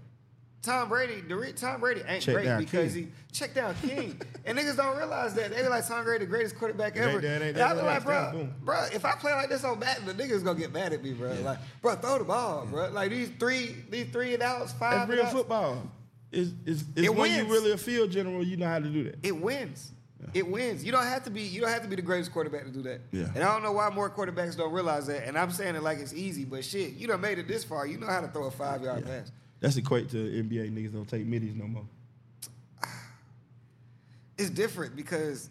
S1: Tom Brady, the re- Tom Brady ain't
S2: Check
S1: great
S2: down
S1: because
S2: king.
S1: he check down king, and niggas don't realize that they be like Tom Brady, the greatest quarterback
S2: ain't-
S1: ever.
S2: it ain't-
S1: and I be
S2: it ain't
S1: like,
S2: that
S1: bro,
S2: boom.
S1: bro, if I play like this on Madden, the niggas gonna get mad at me, bro. Like, bro, throw the ball, bro. Like these three, these three and outs, five.
S2: That's
S1: and
S2: real
S1: outs,
S2: football. It's, it's, it's
S1: It
S2: when you
S1: wins.
S2: really a field general, you know how to do that.
S1: It wins. It wins. You don't have to be. You don't have to be the greatest quarterback to do that.
S2: Yeah.
S1: And I don't know why more quarterbacks don't realize that. And I'm saying it like it's easy, but shit, you done made it this far. You know how to throw a five yard pass.
S2: That's equate to NBA niggas don't take middies no more.
S1: It's different because,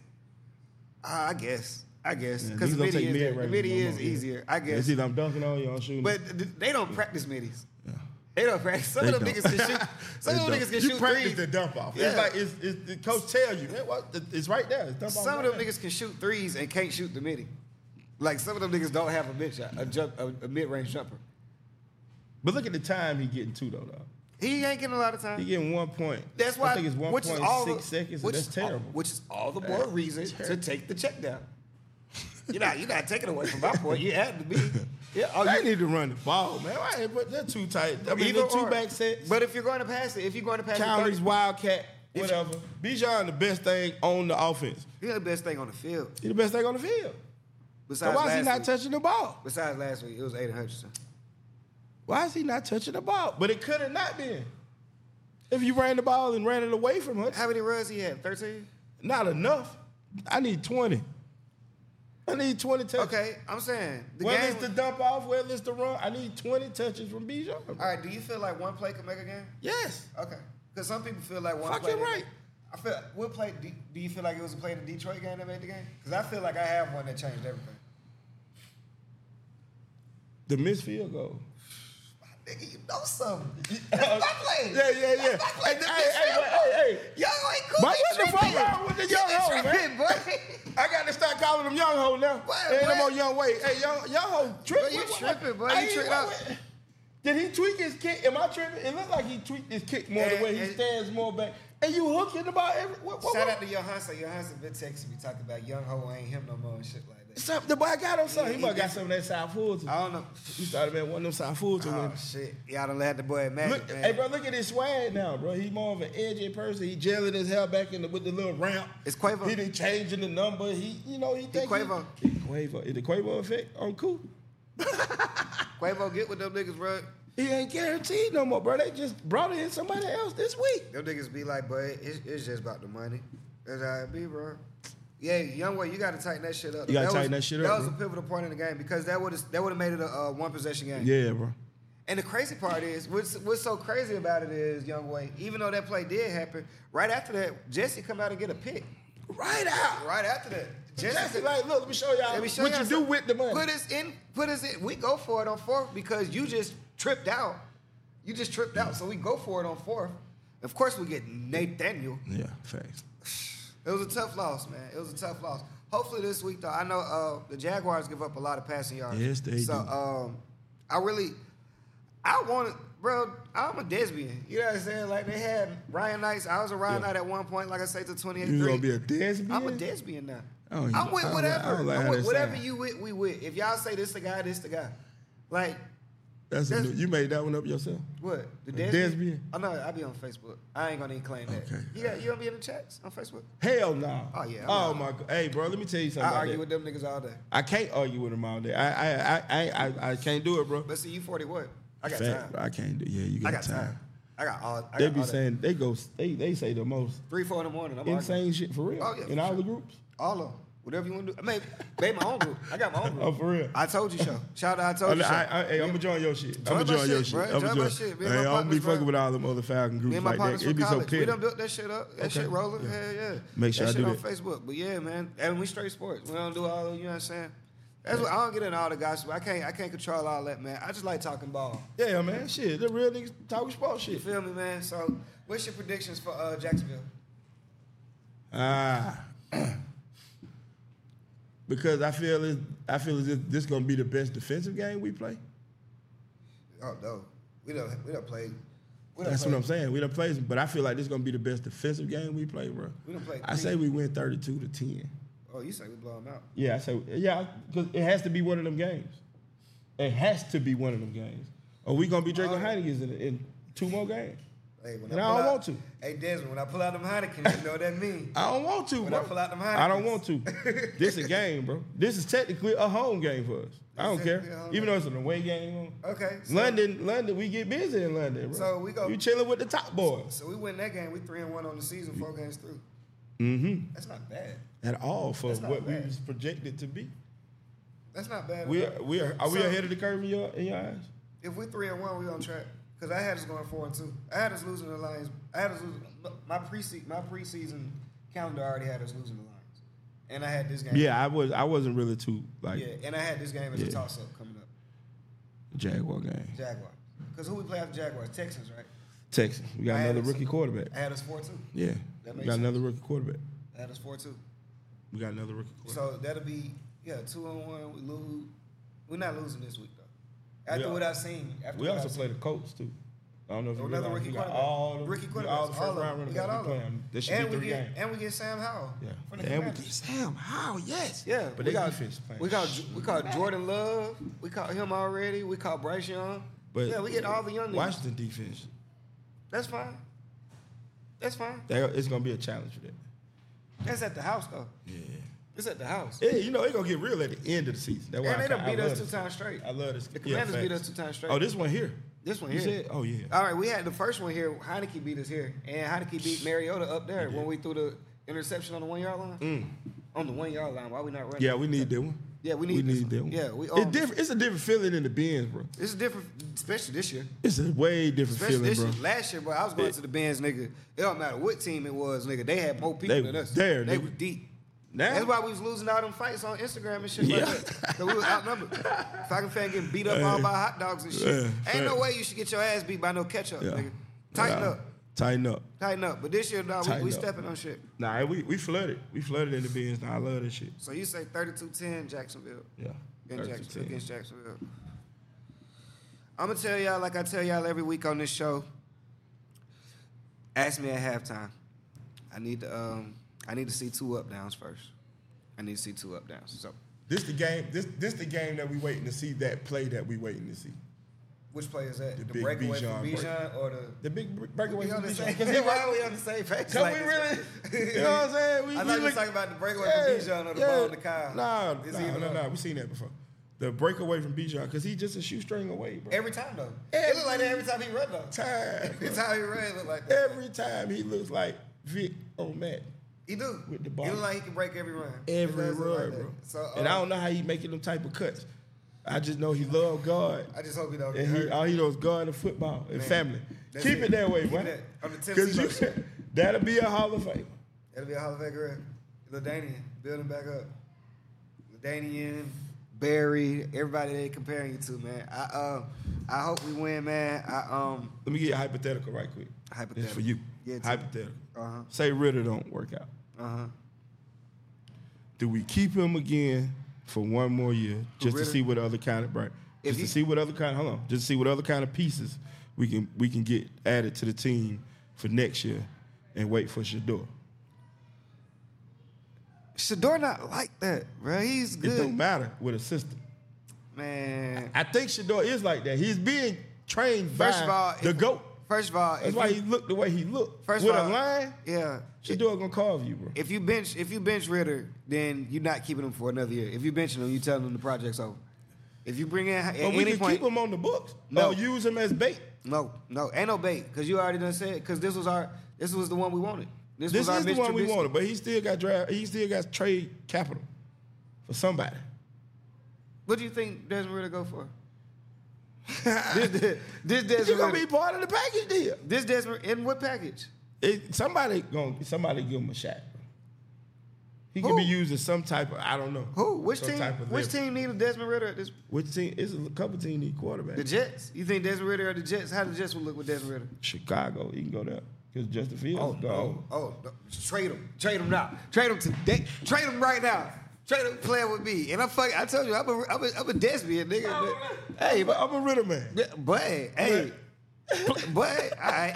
S1: uh, I guess, I guess,
S2: Yeah,
S1: because the
S2: niggas don't
S1: midi
S2: take
S1: is,
S2: mid
S1: the
S2: range
S1: midi
S2: no
S1: is
S2: more, yeah.
S1: easier. I
S2: Yeah,
S1: guess,
S2: It's either I'm dunking on you, I'm shooting.
S1: but th- they don't practice midis.
S2: Yeah.
S1: They don't practice. Some
S2: They
S1: of them
S2: don't.
S1: niggas can shoot. Some
S2: [laughs] They
S1: of them
S2: don't.
S1: niggas can
S2: you
S1: shoot
S2: practice
S1: threes.
S2: the dump off.
S1: Yeah.
S2: It's like it's, it's the coach tells you. "Man, what? It's right there. It's dump off
S1: Some of
S2: right
S1: them
S2: there."
S1: niggas can shoot threes and can't shoot the midi. Like some of them niggas don't have a mid shot, a jump, a, a mid range jumper.
S2: But look at the time he getting too though. though.
S1: He ain't getting a lot of time.
S2: He getting one point.
S1: That's why
S2: I think it's one
S1: which
S2: point
S1: is all the-
S2: six seconds. and
S1: which
S2: that's
S1: is all-
S2: terrible.
S1: which is all the more
S2: That's
S1: reason to
S2: terrible.
S1: take the check down. You're not you're not taking away from
S2: [laughs]
S1: my point. You had to be. Yeah, oh,
S2: they
S1: you-
S2: need to run the ball, man. Why they put that too tight? I mean,
S1: either
S2: the two
S1: or.
S2: back sets,
S1: But if you're going to pass it, if you're going to pass
S2: calories,
S1: it,
S2: wildcat,
S1: If-
S2: whatever. Bijan the best thing on the offense.
S1: you're the best thing on the field.
S2: He the best thing on the field. So
S1: Besides
S2: why is
S1: last
S2: he not
S1: week,
S2: touching the ball?
S1: besides last week, it was Aiden Hutchinson.
S2: Why is he not touching the ball? But it could have not been. If you ran the ball and ran it away from her,
S1: How many runs he had? Thirteen.
S2: not enough. I need 20. I need 20 touches.
S1: Okay, I'm saying the
S2: whether
S1: game.
S2: it's the dump off, whether it's the run, I need 20 touches from Bijan.
S1: all right, do you feel like one play can make a game?
S2: Yes.
S1: Okay, because some people feel like one
S2: Fuck,
S1: play.
S2: you're
S1: that-
S2: right.
S1: I feel what play? Do, do you feel like it was a play in the Detroit game that made the game? Because I feel like I have one that changed everything.
S2: The missed field goal.
S1: Nigga, you know something. That's my play.
S2: Yeah, yeah, yeah.
S1: That's my play.
S2: Hey,
S1: That's my
S2: hey, hey,
S1: shit,
S2: hey,
S1: bro.
S2: hey.
S1: Y'all ain't cool.
S2: But
S1: They
S2: what the fuck
S1: tripping.
S2: wrong with the young
S1: They
S2: hoe, man?
S1: tripping, boy.
S2: [laughs] I got to start calling them young ho now.
S1: What,
S2: Ain't no
S1: what?
S2: more young way. Hey, young, young ho, trip.
S1: Bro, you
S2: What, what,
S1: tripping, bro.
S2: what?
S1: You
S2: Hey,
S1: tripped
S2: what,
S1: out.
S2: what? Did he tweak his kick? Am I tripping? It looked like he tweaked his kick more the
S1: And-
S2: way he
S1: and-
S2: stands more back. And you hooking the ball every. What, what,
S1: Shout
S2: what?
S1: out to Johansson. Johansson been texting me talking about young ho ain't him no more and shit like that.
S2: Something, the boy got on something.
S1: Yeah,
S2: He
S1: he
S2: must got
S1: did.
S2: some of that South Fulton.
S1: I don't know.
S2: He started man one of them South Fulton
S1: Oh
S2: women.
S1: shit! Y'all done let the boy at Magic
S2: Look,
S1: man.
S2: hey bro, look at his swag now, bro. He more of an edgy person. He gelling his hair back in the, with the little ramp.
S1: It's Quavo.
S2: He didn't changing the number. He, you know, he think
S1: Quavo.
S2: He, Quavo. Is the Quavo effect on cool?
S1: Quavo get with them niggas, bro.
S2: He ain't guaranteed no more, bro. They just brought in somebody else this week.
S1: Them niggas be like, but it's, it's just about the money. That's how it be, bro. Yeah, young way, you gotta tighten that shit up.
S2: You gotta
S1: That
S2: tighten
S1: was-
S2: that shit up,
S1: That was
S2: bro.
S1: a pivotal point in the game because that would have that would have made it a uh, one possession game.
S2: Yeah, bro.
S1: And the crazy part is, what's what's so crazy about it is, young way, even though that play did happen, right after that, Jesse come out and get a pick.
S2: Right out.
S1: Right after that, Jesse,
S2: Jesse, like, look, let me show y'all
S1: let me show
S2: what
S1: y'all
S2: you do
S1: something.
S2: with the money.
S1: Put us in, put us in. We go for it on fourth because you just tripped out. You just tripped out, so we go for it on fourth. Of course, we get Nathaniel.
S2: Yeah, facts.
S1: It was a tough loss, man. It was a tough loss. Hopefully this week, though, I know uh, the Jaguars give up a lot of passing yards.
S2: Yes, they
S1: So,
S2: do.
S1: um, I really, I wanted, bro. I'm a Desbian. You know what I'm saying? Like they had Ryan Knights. I was a Ryan
S2: Yeah.
S1: Knight at one point. Like I said, to 28
S2: You gonna be a
S1: three.
S2: Desbian?
S1: I'm a Desbian now.
S2: I don't even-
S1: I'm
S2: I
S1: with
S2: don't
S1: whatever.
S2: like- I don't like
S1: I'm
S2: how
S1: with
S2: that
S1: whatever
S2: sound.
S1: you with, we with. If y'all say this the guy, this the guy. Like
S2: That's a
S1: That's-
S2: new, you made that one up yourself.
S1: what? The
S2: A
S1: Desbian?
S2: Desbian?
S1: Oh no, I be on Facebook. I ain't gonna even claim that.
S2: Okay.
S1: You got you gonna be in the chats on Facebook?
S2: Hell no.
S1: Oh, yeah, I'm
S2: Oh
S1: out.
S2: my god. Hey, bro, let me tell you something.
S1: I
S2: about
S1: argue
S2: that.
S1: with them niggas all day.
S2: I can't argue with him all day. I I I I, I, I can't do it, bro.
S1: But see, you 40 what? I got
S2: Fact,
S1: time.
S2: bro, I can't do. Yeah, you got,
S1: I got
S2: time.
S1: time. I got all. I
S2: They
S1: got
S2: be
S1: all that.
S2: saying they go. They they say the most
S1: three, four in the morning. I'm arguing.
S2: insane shit for real
S1: Oh, yeah,
S2: in
S1: for
S2: all
S1: sure.
S2: the groups.
S1: All of them. Whatever you want to do. I mean, made my own group. I got my own group.
S2: [laughs] Oh, for real.
S1: I told you so. Shout out. I
S2: I,
S1: told you so.
S2: Oh, I, I, hey, I'm gonna join your shit.
S1: Oh, Join
S2: I'm gonna
S1: my
S2: join your
S1: shit,
S2: shit.
S1: bro.
S2: I'm
S1: Join
S2: gonna
S1: my
S2: join.
S1: shit. Me and my
S2: Hey, I don't be
S1: partners, bro.
S2: fucking with all them other Falcon
S1: me
S2: groups
S1: and my
S2: like that.
S1: partners
S2: It
S1: from
S2: be so
S1: college, we
S2: clear.
S1: done built that shit up. That
S2: Okay.
S1: shit rolling.
S2: Yeah.
S1: Hell yeah.
S2: Make sure
S1: that
S2: I
S1: shit
S2: do
S1: on
S2: that.
S1: Facebook. But yeah, man. And we straight sports. We don't do all. You know what I'm saying? That's what I don't get into all the gossip. I can't. I can't control all that, man. I just like talking ball.
S2: Yeah, man. Shit, the real niggas talking sports
S1: You
S2: shit.
S1: feel me, man? So, what's your predictions for uh, Jacksonville?
S2: Ah. [clears throat] Because I feel it, I feel as if this gonna be the best defensive game we play.
S1: Oh no, we don't. We don't play. We don't
S2: That's
S1: play.
S2: what I'm saying. We don't play, but I feel like this gonna be the best defensive game we play, bro.
S1: We done played
S2: I say we win 32 to 10.
S1: Okay. Oh, you say we blow them out.
S2: Yeah, I say yeah, because it has to be one of them games. It has to be one of them games. Or we gonna be drinking
S1: Oh, yeah.
S2: Heineken's in, in two more games.
S1: Hey, when
S2: And I
S1: pull
S2: don't
S1: out-
S2: want to.
S1: Hey, Desmond, when I pull out them Heineken, you know what that means.
S2: [laughs] I don't want to.
S1: When I
S2: bro.
S1: pull out them
S2: I don't
S1: Heinekens. [laughs]
S2: want to. this a game, bro. This is technically a home game for us. I don't
S1: Technically a
S2: care.
S1: home
S2: Even though it's an away game.
S1: Okay. So,
S2: London, London, we get busy in London, bro.
S1: So we go-
S2: You chilling with the top boys.
S1: So we win that game. We three and one on the season, four games through. Mm-hmm. That's not bad.
S2: At all for
S1: That's not
S2: what we
S1: bad.
S2: was projected to be.
S1: That's not bad. at
S2: We
S1: all.
S2: are, we are, are we
S1: So-
S2: ahead of the curve in your in your eyes?
S1: if we three and one, we on track. Cause I had us going four and two. I had us losing the Lions. I had us losing my preseason. My preseason calendar already had us losing the Lions, and I had this game.
S2: Yeah, I was I wasn't really too like
S1: yeah, and I had this game as
S2: Yeah.
S1: a toss up coming up.
S2: Jaguar game.
S1: Jaguar. Cause who we play after Jaguars? Texans, right?
S2: Texas. We got
S1: I had
S2: another
S1: us-
S2: rookie quarterback.
S1: I had us four two.
S2: Yeah.
S1: That
S2: We
S1: makes
S2: got
S1: sense.
S2: another rookie quarterback.
S1: I had us four two.
S2: We got another rookie quarterback.
S1: So that'll be yeah two and one. We lose. We're not losing this week though. After
S2: We al-
S1: what I've seen, after
S2: we
S1: what
S2: also
S1: I've
S2: play the Colts too. I don't know if you
S1: Another
S2: realize
S1: rookie
S2: we got
S1: quarterback.
S2: all the
S1: Rookie
S2: we- all the
S1: quarterbacks,
S2: first
S1: all of
S2: round
S1: them.
S2: running
S1: We got all
S2: backs
S1: of
S2: we play.
S1: them.
S2: This should
S1: And
S2: be
S1: we
S2: three
S1: get
S2: games.
S1: and we get Sam Howell. From
S2: Yeah,
S1: the
S2: and we
S1: Commanders.
S2: get Sam Howell. Yes.
S1: Yeah,
S2: but
S1: we
S2: they
S1: got
S2: defense playing.
S1: we got we caught Jordan Love. We caught him already. We caught Bryce Young.
S2: But
S1: yeah, we get all the young niggas.
S2: Washington defense.
S1: That's fine. That's fine.
S2: They, it's gonna be a challenge for that.
S1: That's at the house though.
S2: Yeah.
S1: It's at the house.
S2: Yeah, you know it's gonna get real at the end of the season. That's why
S1: and
S2: I,
S1: they done
S2: I
S1: beat
S2: love
S1: us two
S2: this.
S1: times straight.
S2: I love this.
S1: The
S2: yeah,
S1: Commanders beat
S2: facts.
S1: us two times straight.
S2: Oh, this one here.
S1: This one
S2: You
S1: here.
S2: said- oh yeah.
S1: All right, we had the first one here. Heineke beat us here, and Heineke beat Mariota up there when we threw the interception on the one yard line. On the one yard line, why we not running?
S2: Mm. Yeah, we need that one.
S1: Yeah, we need
S2: we
S1: this
S2: need
S1: one.
S2: that one.
S1: Yeah, we
S2: It's
S1: own
S2: different. It's a different feeling in the bins, bro.
S1: This is different, especially this year.
S2: It's a way different
S1: Especially
S2: feeling,
S1: this
S2: bro.
S1: year. Last year, bro, I was going
S2: It-
S1: to the Benz, nigga. It don't matter what team it was, nigga. They had more people
S2: They
S1: than us.
S2: was there,
S1: they
S2: nigga.
S1: was deep.
S2: Now-
S1: That's why we was losing all them fights on Instagram and shit
S2: Yeah.
S1: like that. 'Cause we was outnumbered.
S2: [laughs]
S1: Fucking fan getting beat up all by hot dogs and shit.
S2: Yeah, fact.
S1: Ain't no way you should get your ass beat by no ketchup,
S2: Yeah.
S1: nigga. Tighten
S2: Nah,
S1: up.
S2: Tighten up.
S1: Tighten up. But this year, dog, we,
S2: Tighten
S1: we
S2: up.
S1: stepping on shit.
S2: Nah, we, we flooded. We flooded in the bins. Nah, I love that shit.
S1: So you say 32-10 Jacksonville.
S2: Yeah.
S1: In
S2: 13.
S1: Jacksonville against Jacksonville. I'm gonna tell y'all like I tell y'all every week on this show. Ask me at halftime. I need to um I need to see two up downs first. I need to see two up downs. So
S2: This the game. This this the game that we waiting to see. That play that we waiting to see.
S1: which play is that?
S2: The
S1: The,
S2: big
S1: breakaway
S2: Bijan
S1: from
S2: break.
S1: Bijan or the
S2: The big br- breakaway
S1: we
S2: from
S1: on the
S2: Bijan.
S1: same [laughs]
S2: Because he
S1: why are
S2: right.
S1: we on the same page?
S2: Can
S1: like [laughs]
S2: we
S1: this,
S2: really?
S1: bro?
S2: [laughs] You know what I'm saying?
S1: I
S2: We, we
S1: thought you
S2: look-
S1: was talking about the breakaway
S2: Yeah,
S1: from Bijan or the
S2: yeah.
S1: ball to Kyle.
S2: Nah,
S1: It's
S2: nah,
S1: even
S2: nah,
S1: up.
S2: nah. We seen that before. The breakaway from Bijan because he just a shoestring away, bro.
S1: Every time though. It look like that every time he run though.
S2: time,
S1: Every [laughs] time he run, it look like that.
S2: every time he looks like Vic on Matt.
S1: He do.
S2: With the ball.
S1: He look like he can break every run.
S2: Every
S1: It
S2: run,
S1: does look like that.
S2: bro.
S1: So, uh,
S2: and I don't know how he making them type of cuts. I just know he love God.
S1: I just hope he don't get
S2: And he,
S1: hurt.
S2: all he knows is God and football and
S1: Man,
S2: family.
S1: that's
S2: Keep it.
S1: it.
S2: that way,
S1: Keep
S2: man.
S1: that. I'm the
S2: Because
S1: Tennessee
S2: you
S1: Buccaneers.
S2: [laughs] that'll be a Hall of Fame.
S1: It'll be a Hall of Fame career. Ladanian, building back up. Ladanian, Barry, everybody they comparing you to, man. I uh, I hope we win, man. I um,
S2: Let me get you a hypothetical right quick. It's
S1: Hypothetical.
S2: for you.
S1: Yeah, tell me.
S2: hypothetical.
S1: uh huh,
S2: Say Ritter don't work out.
S1: uh huh.
S2: Do we keep him again for one more year just
S1: Ritter?
S2: to see what other kind of right?
S1: If
S2: Just
S1: he-
S2: to see what other kind. Hold on. Just to see what other kind of pieces we can we can get added to the team for next year and wait for Shador.
S1: Shador not like that, bro. He's
S2: It don't
S1: good,
S2: matter with a system.
S1: man.
S2: I think Shador is like that. He's being trained
S1: First
S2: by
S1: of all,
S2: the
S1: if-
S2: goat.
S1: First of all,
S2: That's
S1: if
S2: why
S1: you-
S2: he looked the way he looked.
S1: First
S2: with
S1: of all,
S2: a line,
S1: yeah.
S2: Shador gonna carve you, bro.
S1: If you bench, if you bench Ritter, then you're not keeping him for another year. If you benching him, you telling him the project's over. If you bring in at
S2: But we
S1: any
S2: can
S1: point,
S2: keep him on the books.
S1: No.
S2: Or use him as bait.
S1: No, no, ain't no bait because you already done said because this was our this was the one we wanted. This,
S2: This
S1: was our
S2: is the
S1: Mitch
S2: one we
S1: Trubisky.
S2: wanted, but he still got draft. He still got trade capital for somebody.
S1: What do you think Desmond Ritter go
S2: [laughs]
S1: for? this, this
S2: He's
S1: Desmond
S2: gonna be
S1: Ritter-
S2: part of the package deal.
S1: this Desmond in what package?
S2: It- somebody gonna somebody give him a shot. bro. He
S1: Who?
S2: can be used as some type of I don't know
S1: Who? Which
S2: some
S1: team?
S2: type of
S1: Which
S2: leverage.
S1: team needed Desmond Ritter at this?
S2: Which team? It's a couple team need quarterback.
S1: The Jets. You think Desmond Ritter or the Jets? How the Jets would look with Desmond Ritter?
S2: Chicago, you can go there because Justin Fields is gone.
S1: oh, no. trade him, trade him now, trade him today, trade him right now. Trade him playing with me, and I'm fucking. I told you, I'm a, I'm a, I'm a Desmond nigga. hey,
S2: But I'm a Ritter Oh, man.
S1: Yeah, But hey, pl- but all
S2: [laughs]
S1: right.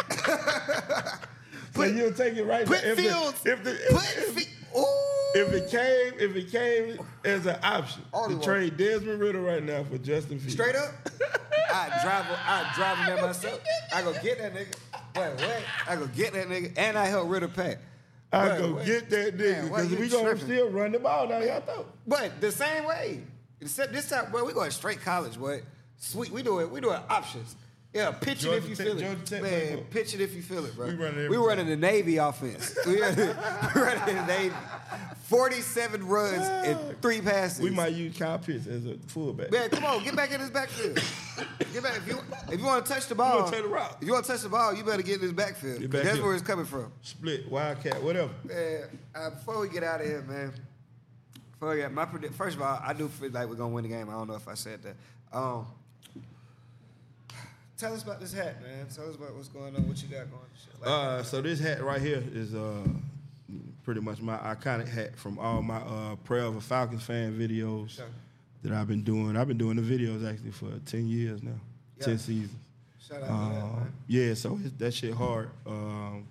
S2: so you'll take it right
S1: Put
S2: now. If the-
S1: Fields.
S2: if the-
S1: put Fields. Ooh.
S2: If it came, if it came as an option,
S1: Only
S2: to
S1: one.
S2: trade Desmond Ritter right now for Justin Fields.
S1: Straight up, I drive him. I drive him there myself. I go get that nigga. Wait, wait. I go get that nigga, and I help Ritter pack.
S2: I
S1: Wait,
S2: go
S1: wait.
S2: get that nigga
S1: Man, why
S2: because
S1: you
S2: we gonna
S1: tripping?
S2: still run the ball down y'all throat.
S1: But the same way, except this time, boy, we going straight college, boy. Sweet, we do it. We do it options. Yeah, pitch it
S2: Georgia
S1: if you
S2: Tech-
S1: feel
S2: Georgia
S1: it,
S2: Tech
S1: man.
S2: playbook.
S1: Pitch it if you feel it, bro.
S2: We running
S1: we
S2: everything.
S1: running the Navy offense. [laughs] we running, we running the Navy. Forty-seven runs and three passes.
S2: Ah. We might use Kyle Pitts as a fullback.
S1: Man, come on, get back in this backfield. Get back if you if you want to touch the ball.
S2: wanna turn the rock.
S1: If you want to touch the ball, you better get in this backfield. 'cause
S2: Get back
S1: that's
S2: here.
S1: where it's coming from.
S2: Split, Wildcat, whatever.
S1: Man, uh, before we get out of here, man. Before we get, my predict- first of all, I do feel like we're gonna win the game. I don't know if I said that. Um, tell us about this hat, man. Tell us about what's going on, what you got going. and Shit. Like,
S2: Uh, so this hat right here is uh, pretty much my iconic hat from all my uh, Prayer of a Falcons fan videos
S1: Sure.
S2: that I've been doing. I've been doing the videos actually for ten years now,
S1: Yeah.
S2: ten seasons.
S1: shout out to that,
S2: Um,
S1: man.
S2: yeah, so it's- that shit hard. Um,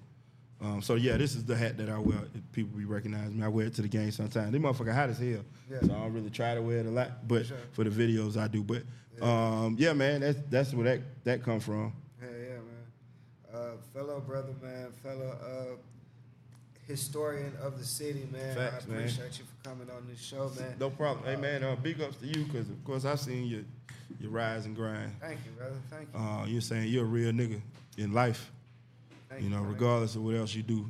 S2: um, so yeah, this is the hat that I wear. If People be recognizing me. I wear it to the game sometimes. This motherfucker hot as hell,
S1: Yeah.
S2: so I don't really try to wear it a lot. But
S1: Sure.
S2: for the videos, I do. But yeah, um, yeah man, that's that's where that that come from.
S1: Hell yeah, man. Uh, fellow brother, man. Fellow uh, historian of the city, man.
S2: Facts,
S1: I
S2: man.
S1: appreciate you for coming on this show, man.
S2: No problem. Hey man, uh, big ups to you because of course I've seen your your rise and grind.
S1: Thank you, brother. Thank you.
S2: Uh, you're saying you're a real nigga in life.
S1: Thank
S2: You know,
S1: brother.
S2: regardless of what else you do,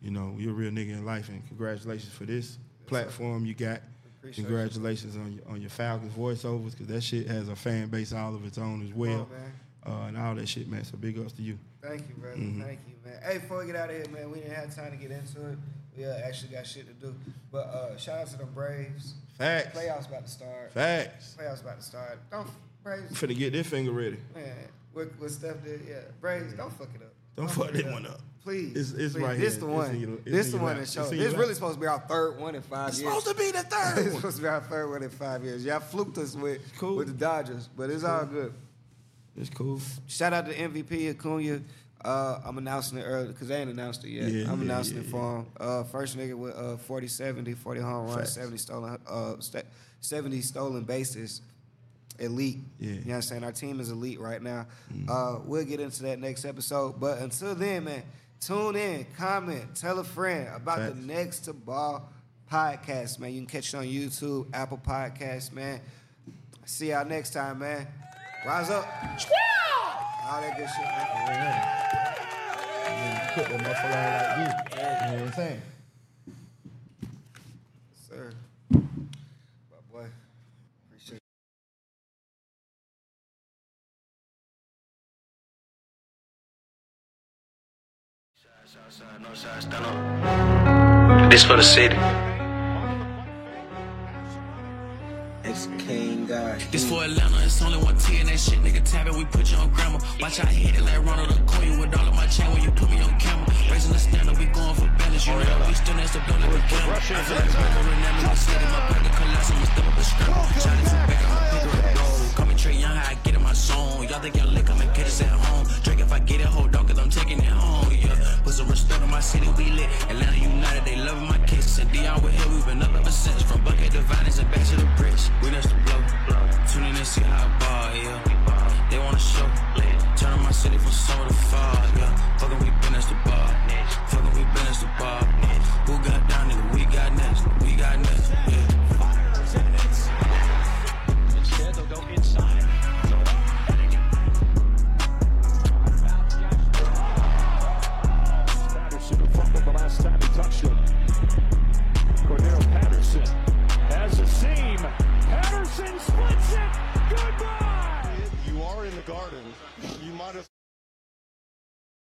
S2: you know you're a real nigga in life. And congratulations for this platform you got.
S1: Appreciate you.
S2: Congratulations on your, on your Falcons voiceovers because that shit has a fan base all of its own as
S1: Come
S2: well,
S1: on, man.
S2: uh, and all that shit, man. So big ups to you.
S1: Thank you, brother.
S2: Mm-hmm.
S1: Thank you, man. Hey, before we get out of here, man, we didn't have time to get into it. We uh, actually got shit to do. But uh, shout out to them Braves.
S2: Facts.
S1: Playoffs about to start.
S2: Facts.
S1: Playoffs about to start. Don't
S2: I'm
S1: Braves,
S2: finna get this finger ready.
S1: man. What, what Steph did, yeah. Braves, don't fuck it up.
S2: Don't fuck that one up.
S1: Please,
S2: It's- it's
S1: please.
S2: right
S1: This
S2: here.
S1: the
S2: It's
S1: one.
S2: in your- it's
S1: this
S2: in
S1: the
S2: your
S1: one
S2: lap.
S1: that
S2: It's
S1: shows.
S2: in your
S1: This really
S2: lap.
S1: supposed to be our third one in five
S2: It's
S1: years.
S2: supposed to be
S1: [laughs]
S2: the [laughs]
S1: it's
S2: third one.
S1: supposed to be our third one in five years. Y'all fluked us with
S2: Cool.
S1: with the Dodgers, but it's all good.
S2: It's cool. [laughs]
S1: Shout out to MVP Acuna. Uh, I'm announcing it early because they ain't announced it yet.
S2: Yeah,
S1: I'm
S2: yeah,
S1: announcing
S2: yeah,
S1: it for him. Uh, first nigga with uh, 40 70, 40 home runs,
S2: Facts.
S1: 70 stolen, uh, st- 70 stolen bases. Elite.
S2: Yeah.
S1: You know what I'm saying? Our team is elite right now.
S2: Mm.
S1: Uh, we'll get into that next episode. But until then, man, tune in, comment, tell a friend about
S2: Facts.
S1: the Next to Ball podcast, man. You can catch it on YouTube, Apple Podcasts, man. See y'all next time, man. Rise up. All that good shit, man.
S2: Put that motherfucker out like this. You know what I'm saying?
S1: Sir. My boy. Appreciate it.
S3: This for the city.
S4: It's King God.
S3: This for Atlanta. It's only one T and that shit, nigga. Tab it, we put you on grandma. Watch I hit it like Ronald the Queen with all of my chain when you put me on camera. Raising the standard, we going for balance. You know we still next to blow like a camera. I feel like Michael Renami, my city, my pocket collapse. I'ma step up a strap. Tryna to back, I'ma pick her up. Gold. Call me Trey Young, how I get in my zone. Y'all think y'all lick, I'ma catch this at home. Drake, if I get it, hold on, cause I'm taking it home. Yeah, put some respect on my city, we lit. Atlanta United, they loving my kiss. And Dion, we're here, we've been up ever since. From bucket to violence and back to the bricks. We next to blow. Tune in and see how I ball, yeah. They wanna show. Turn my city from soul to fire, yeah.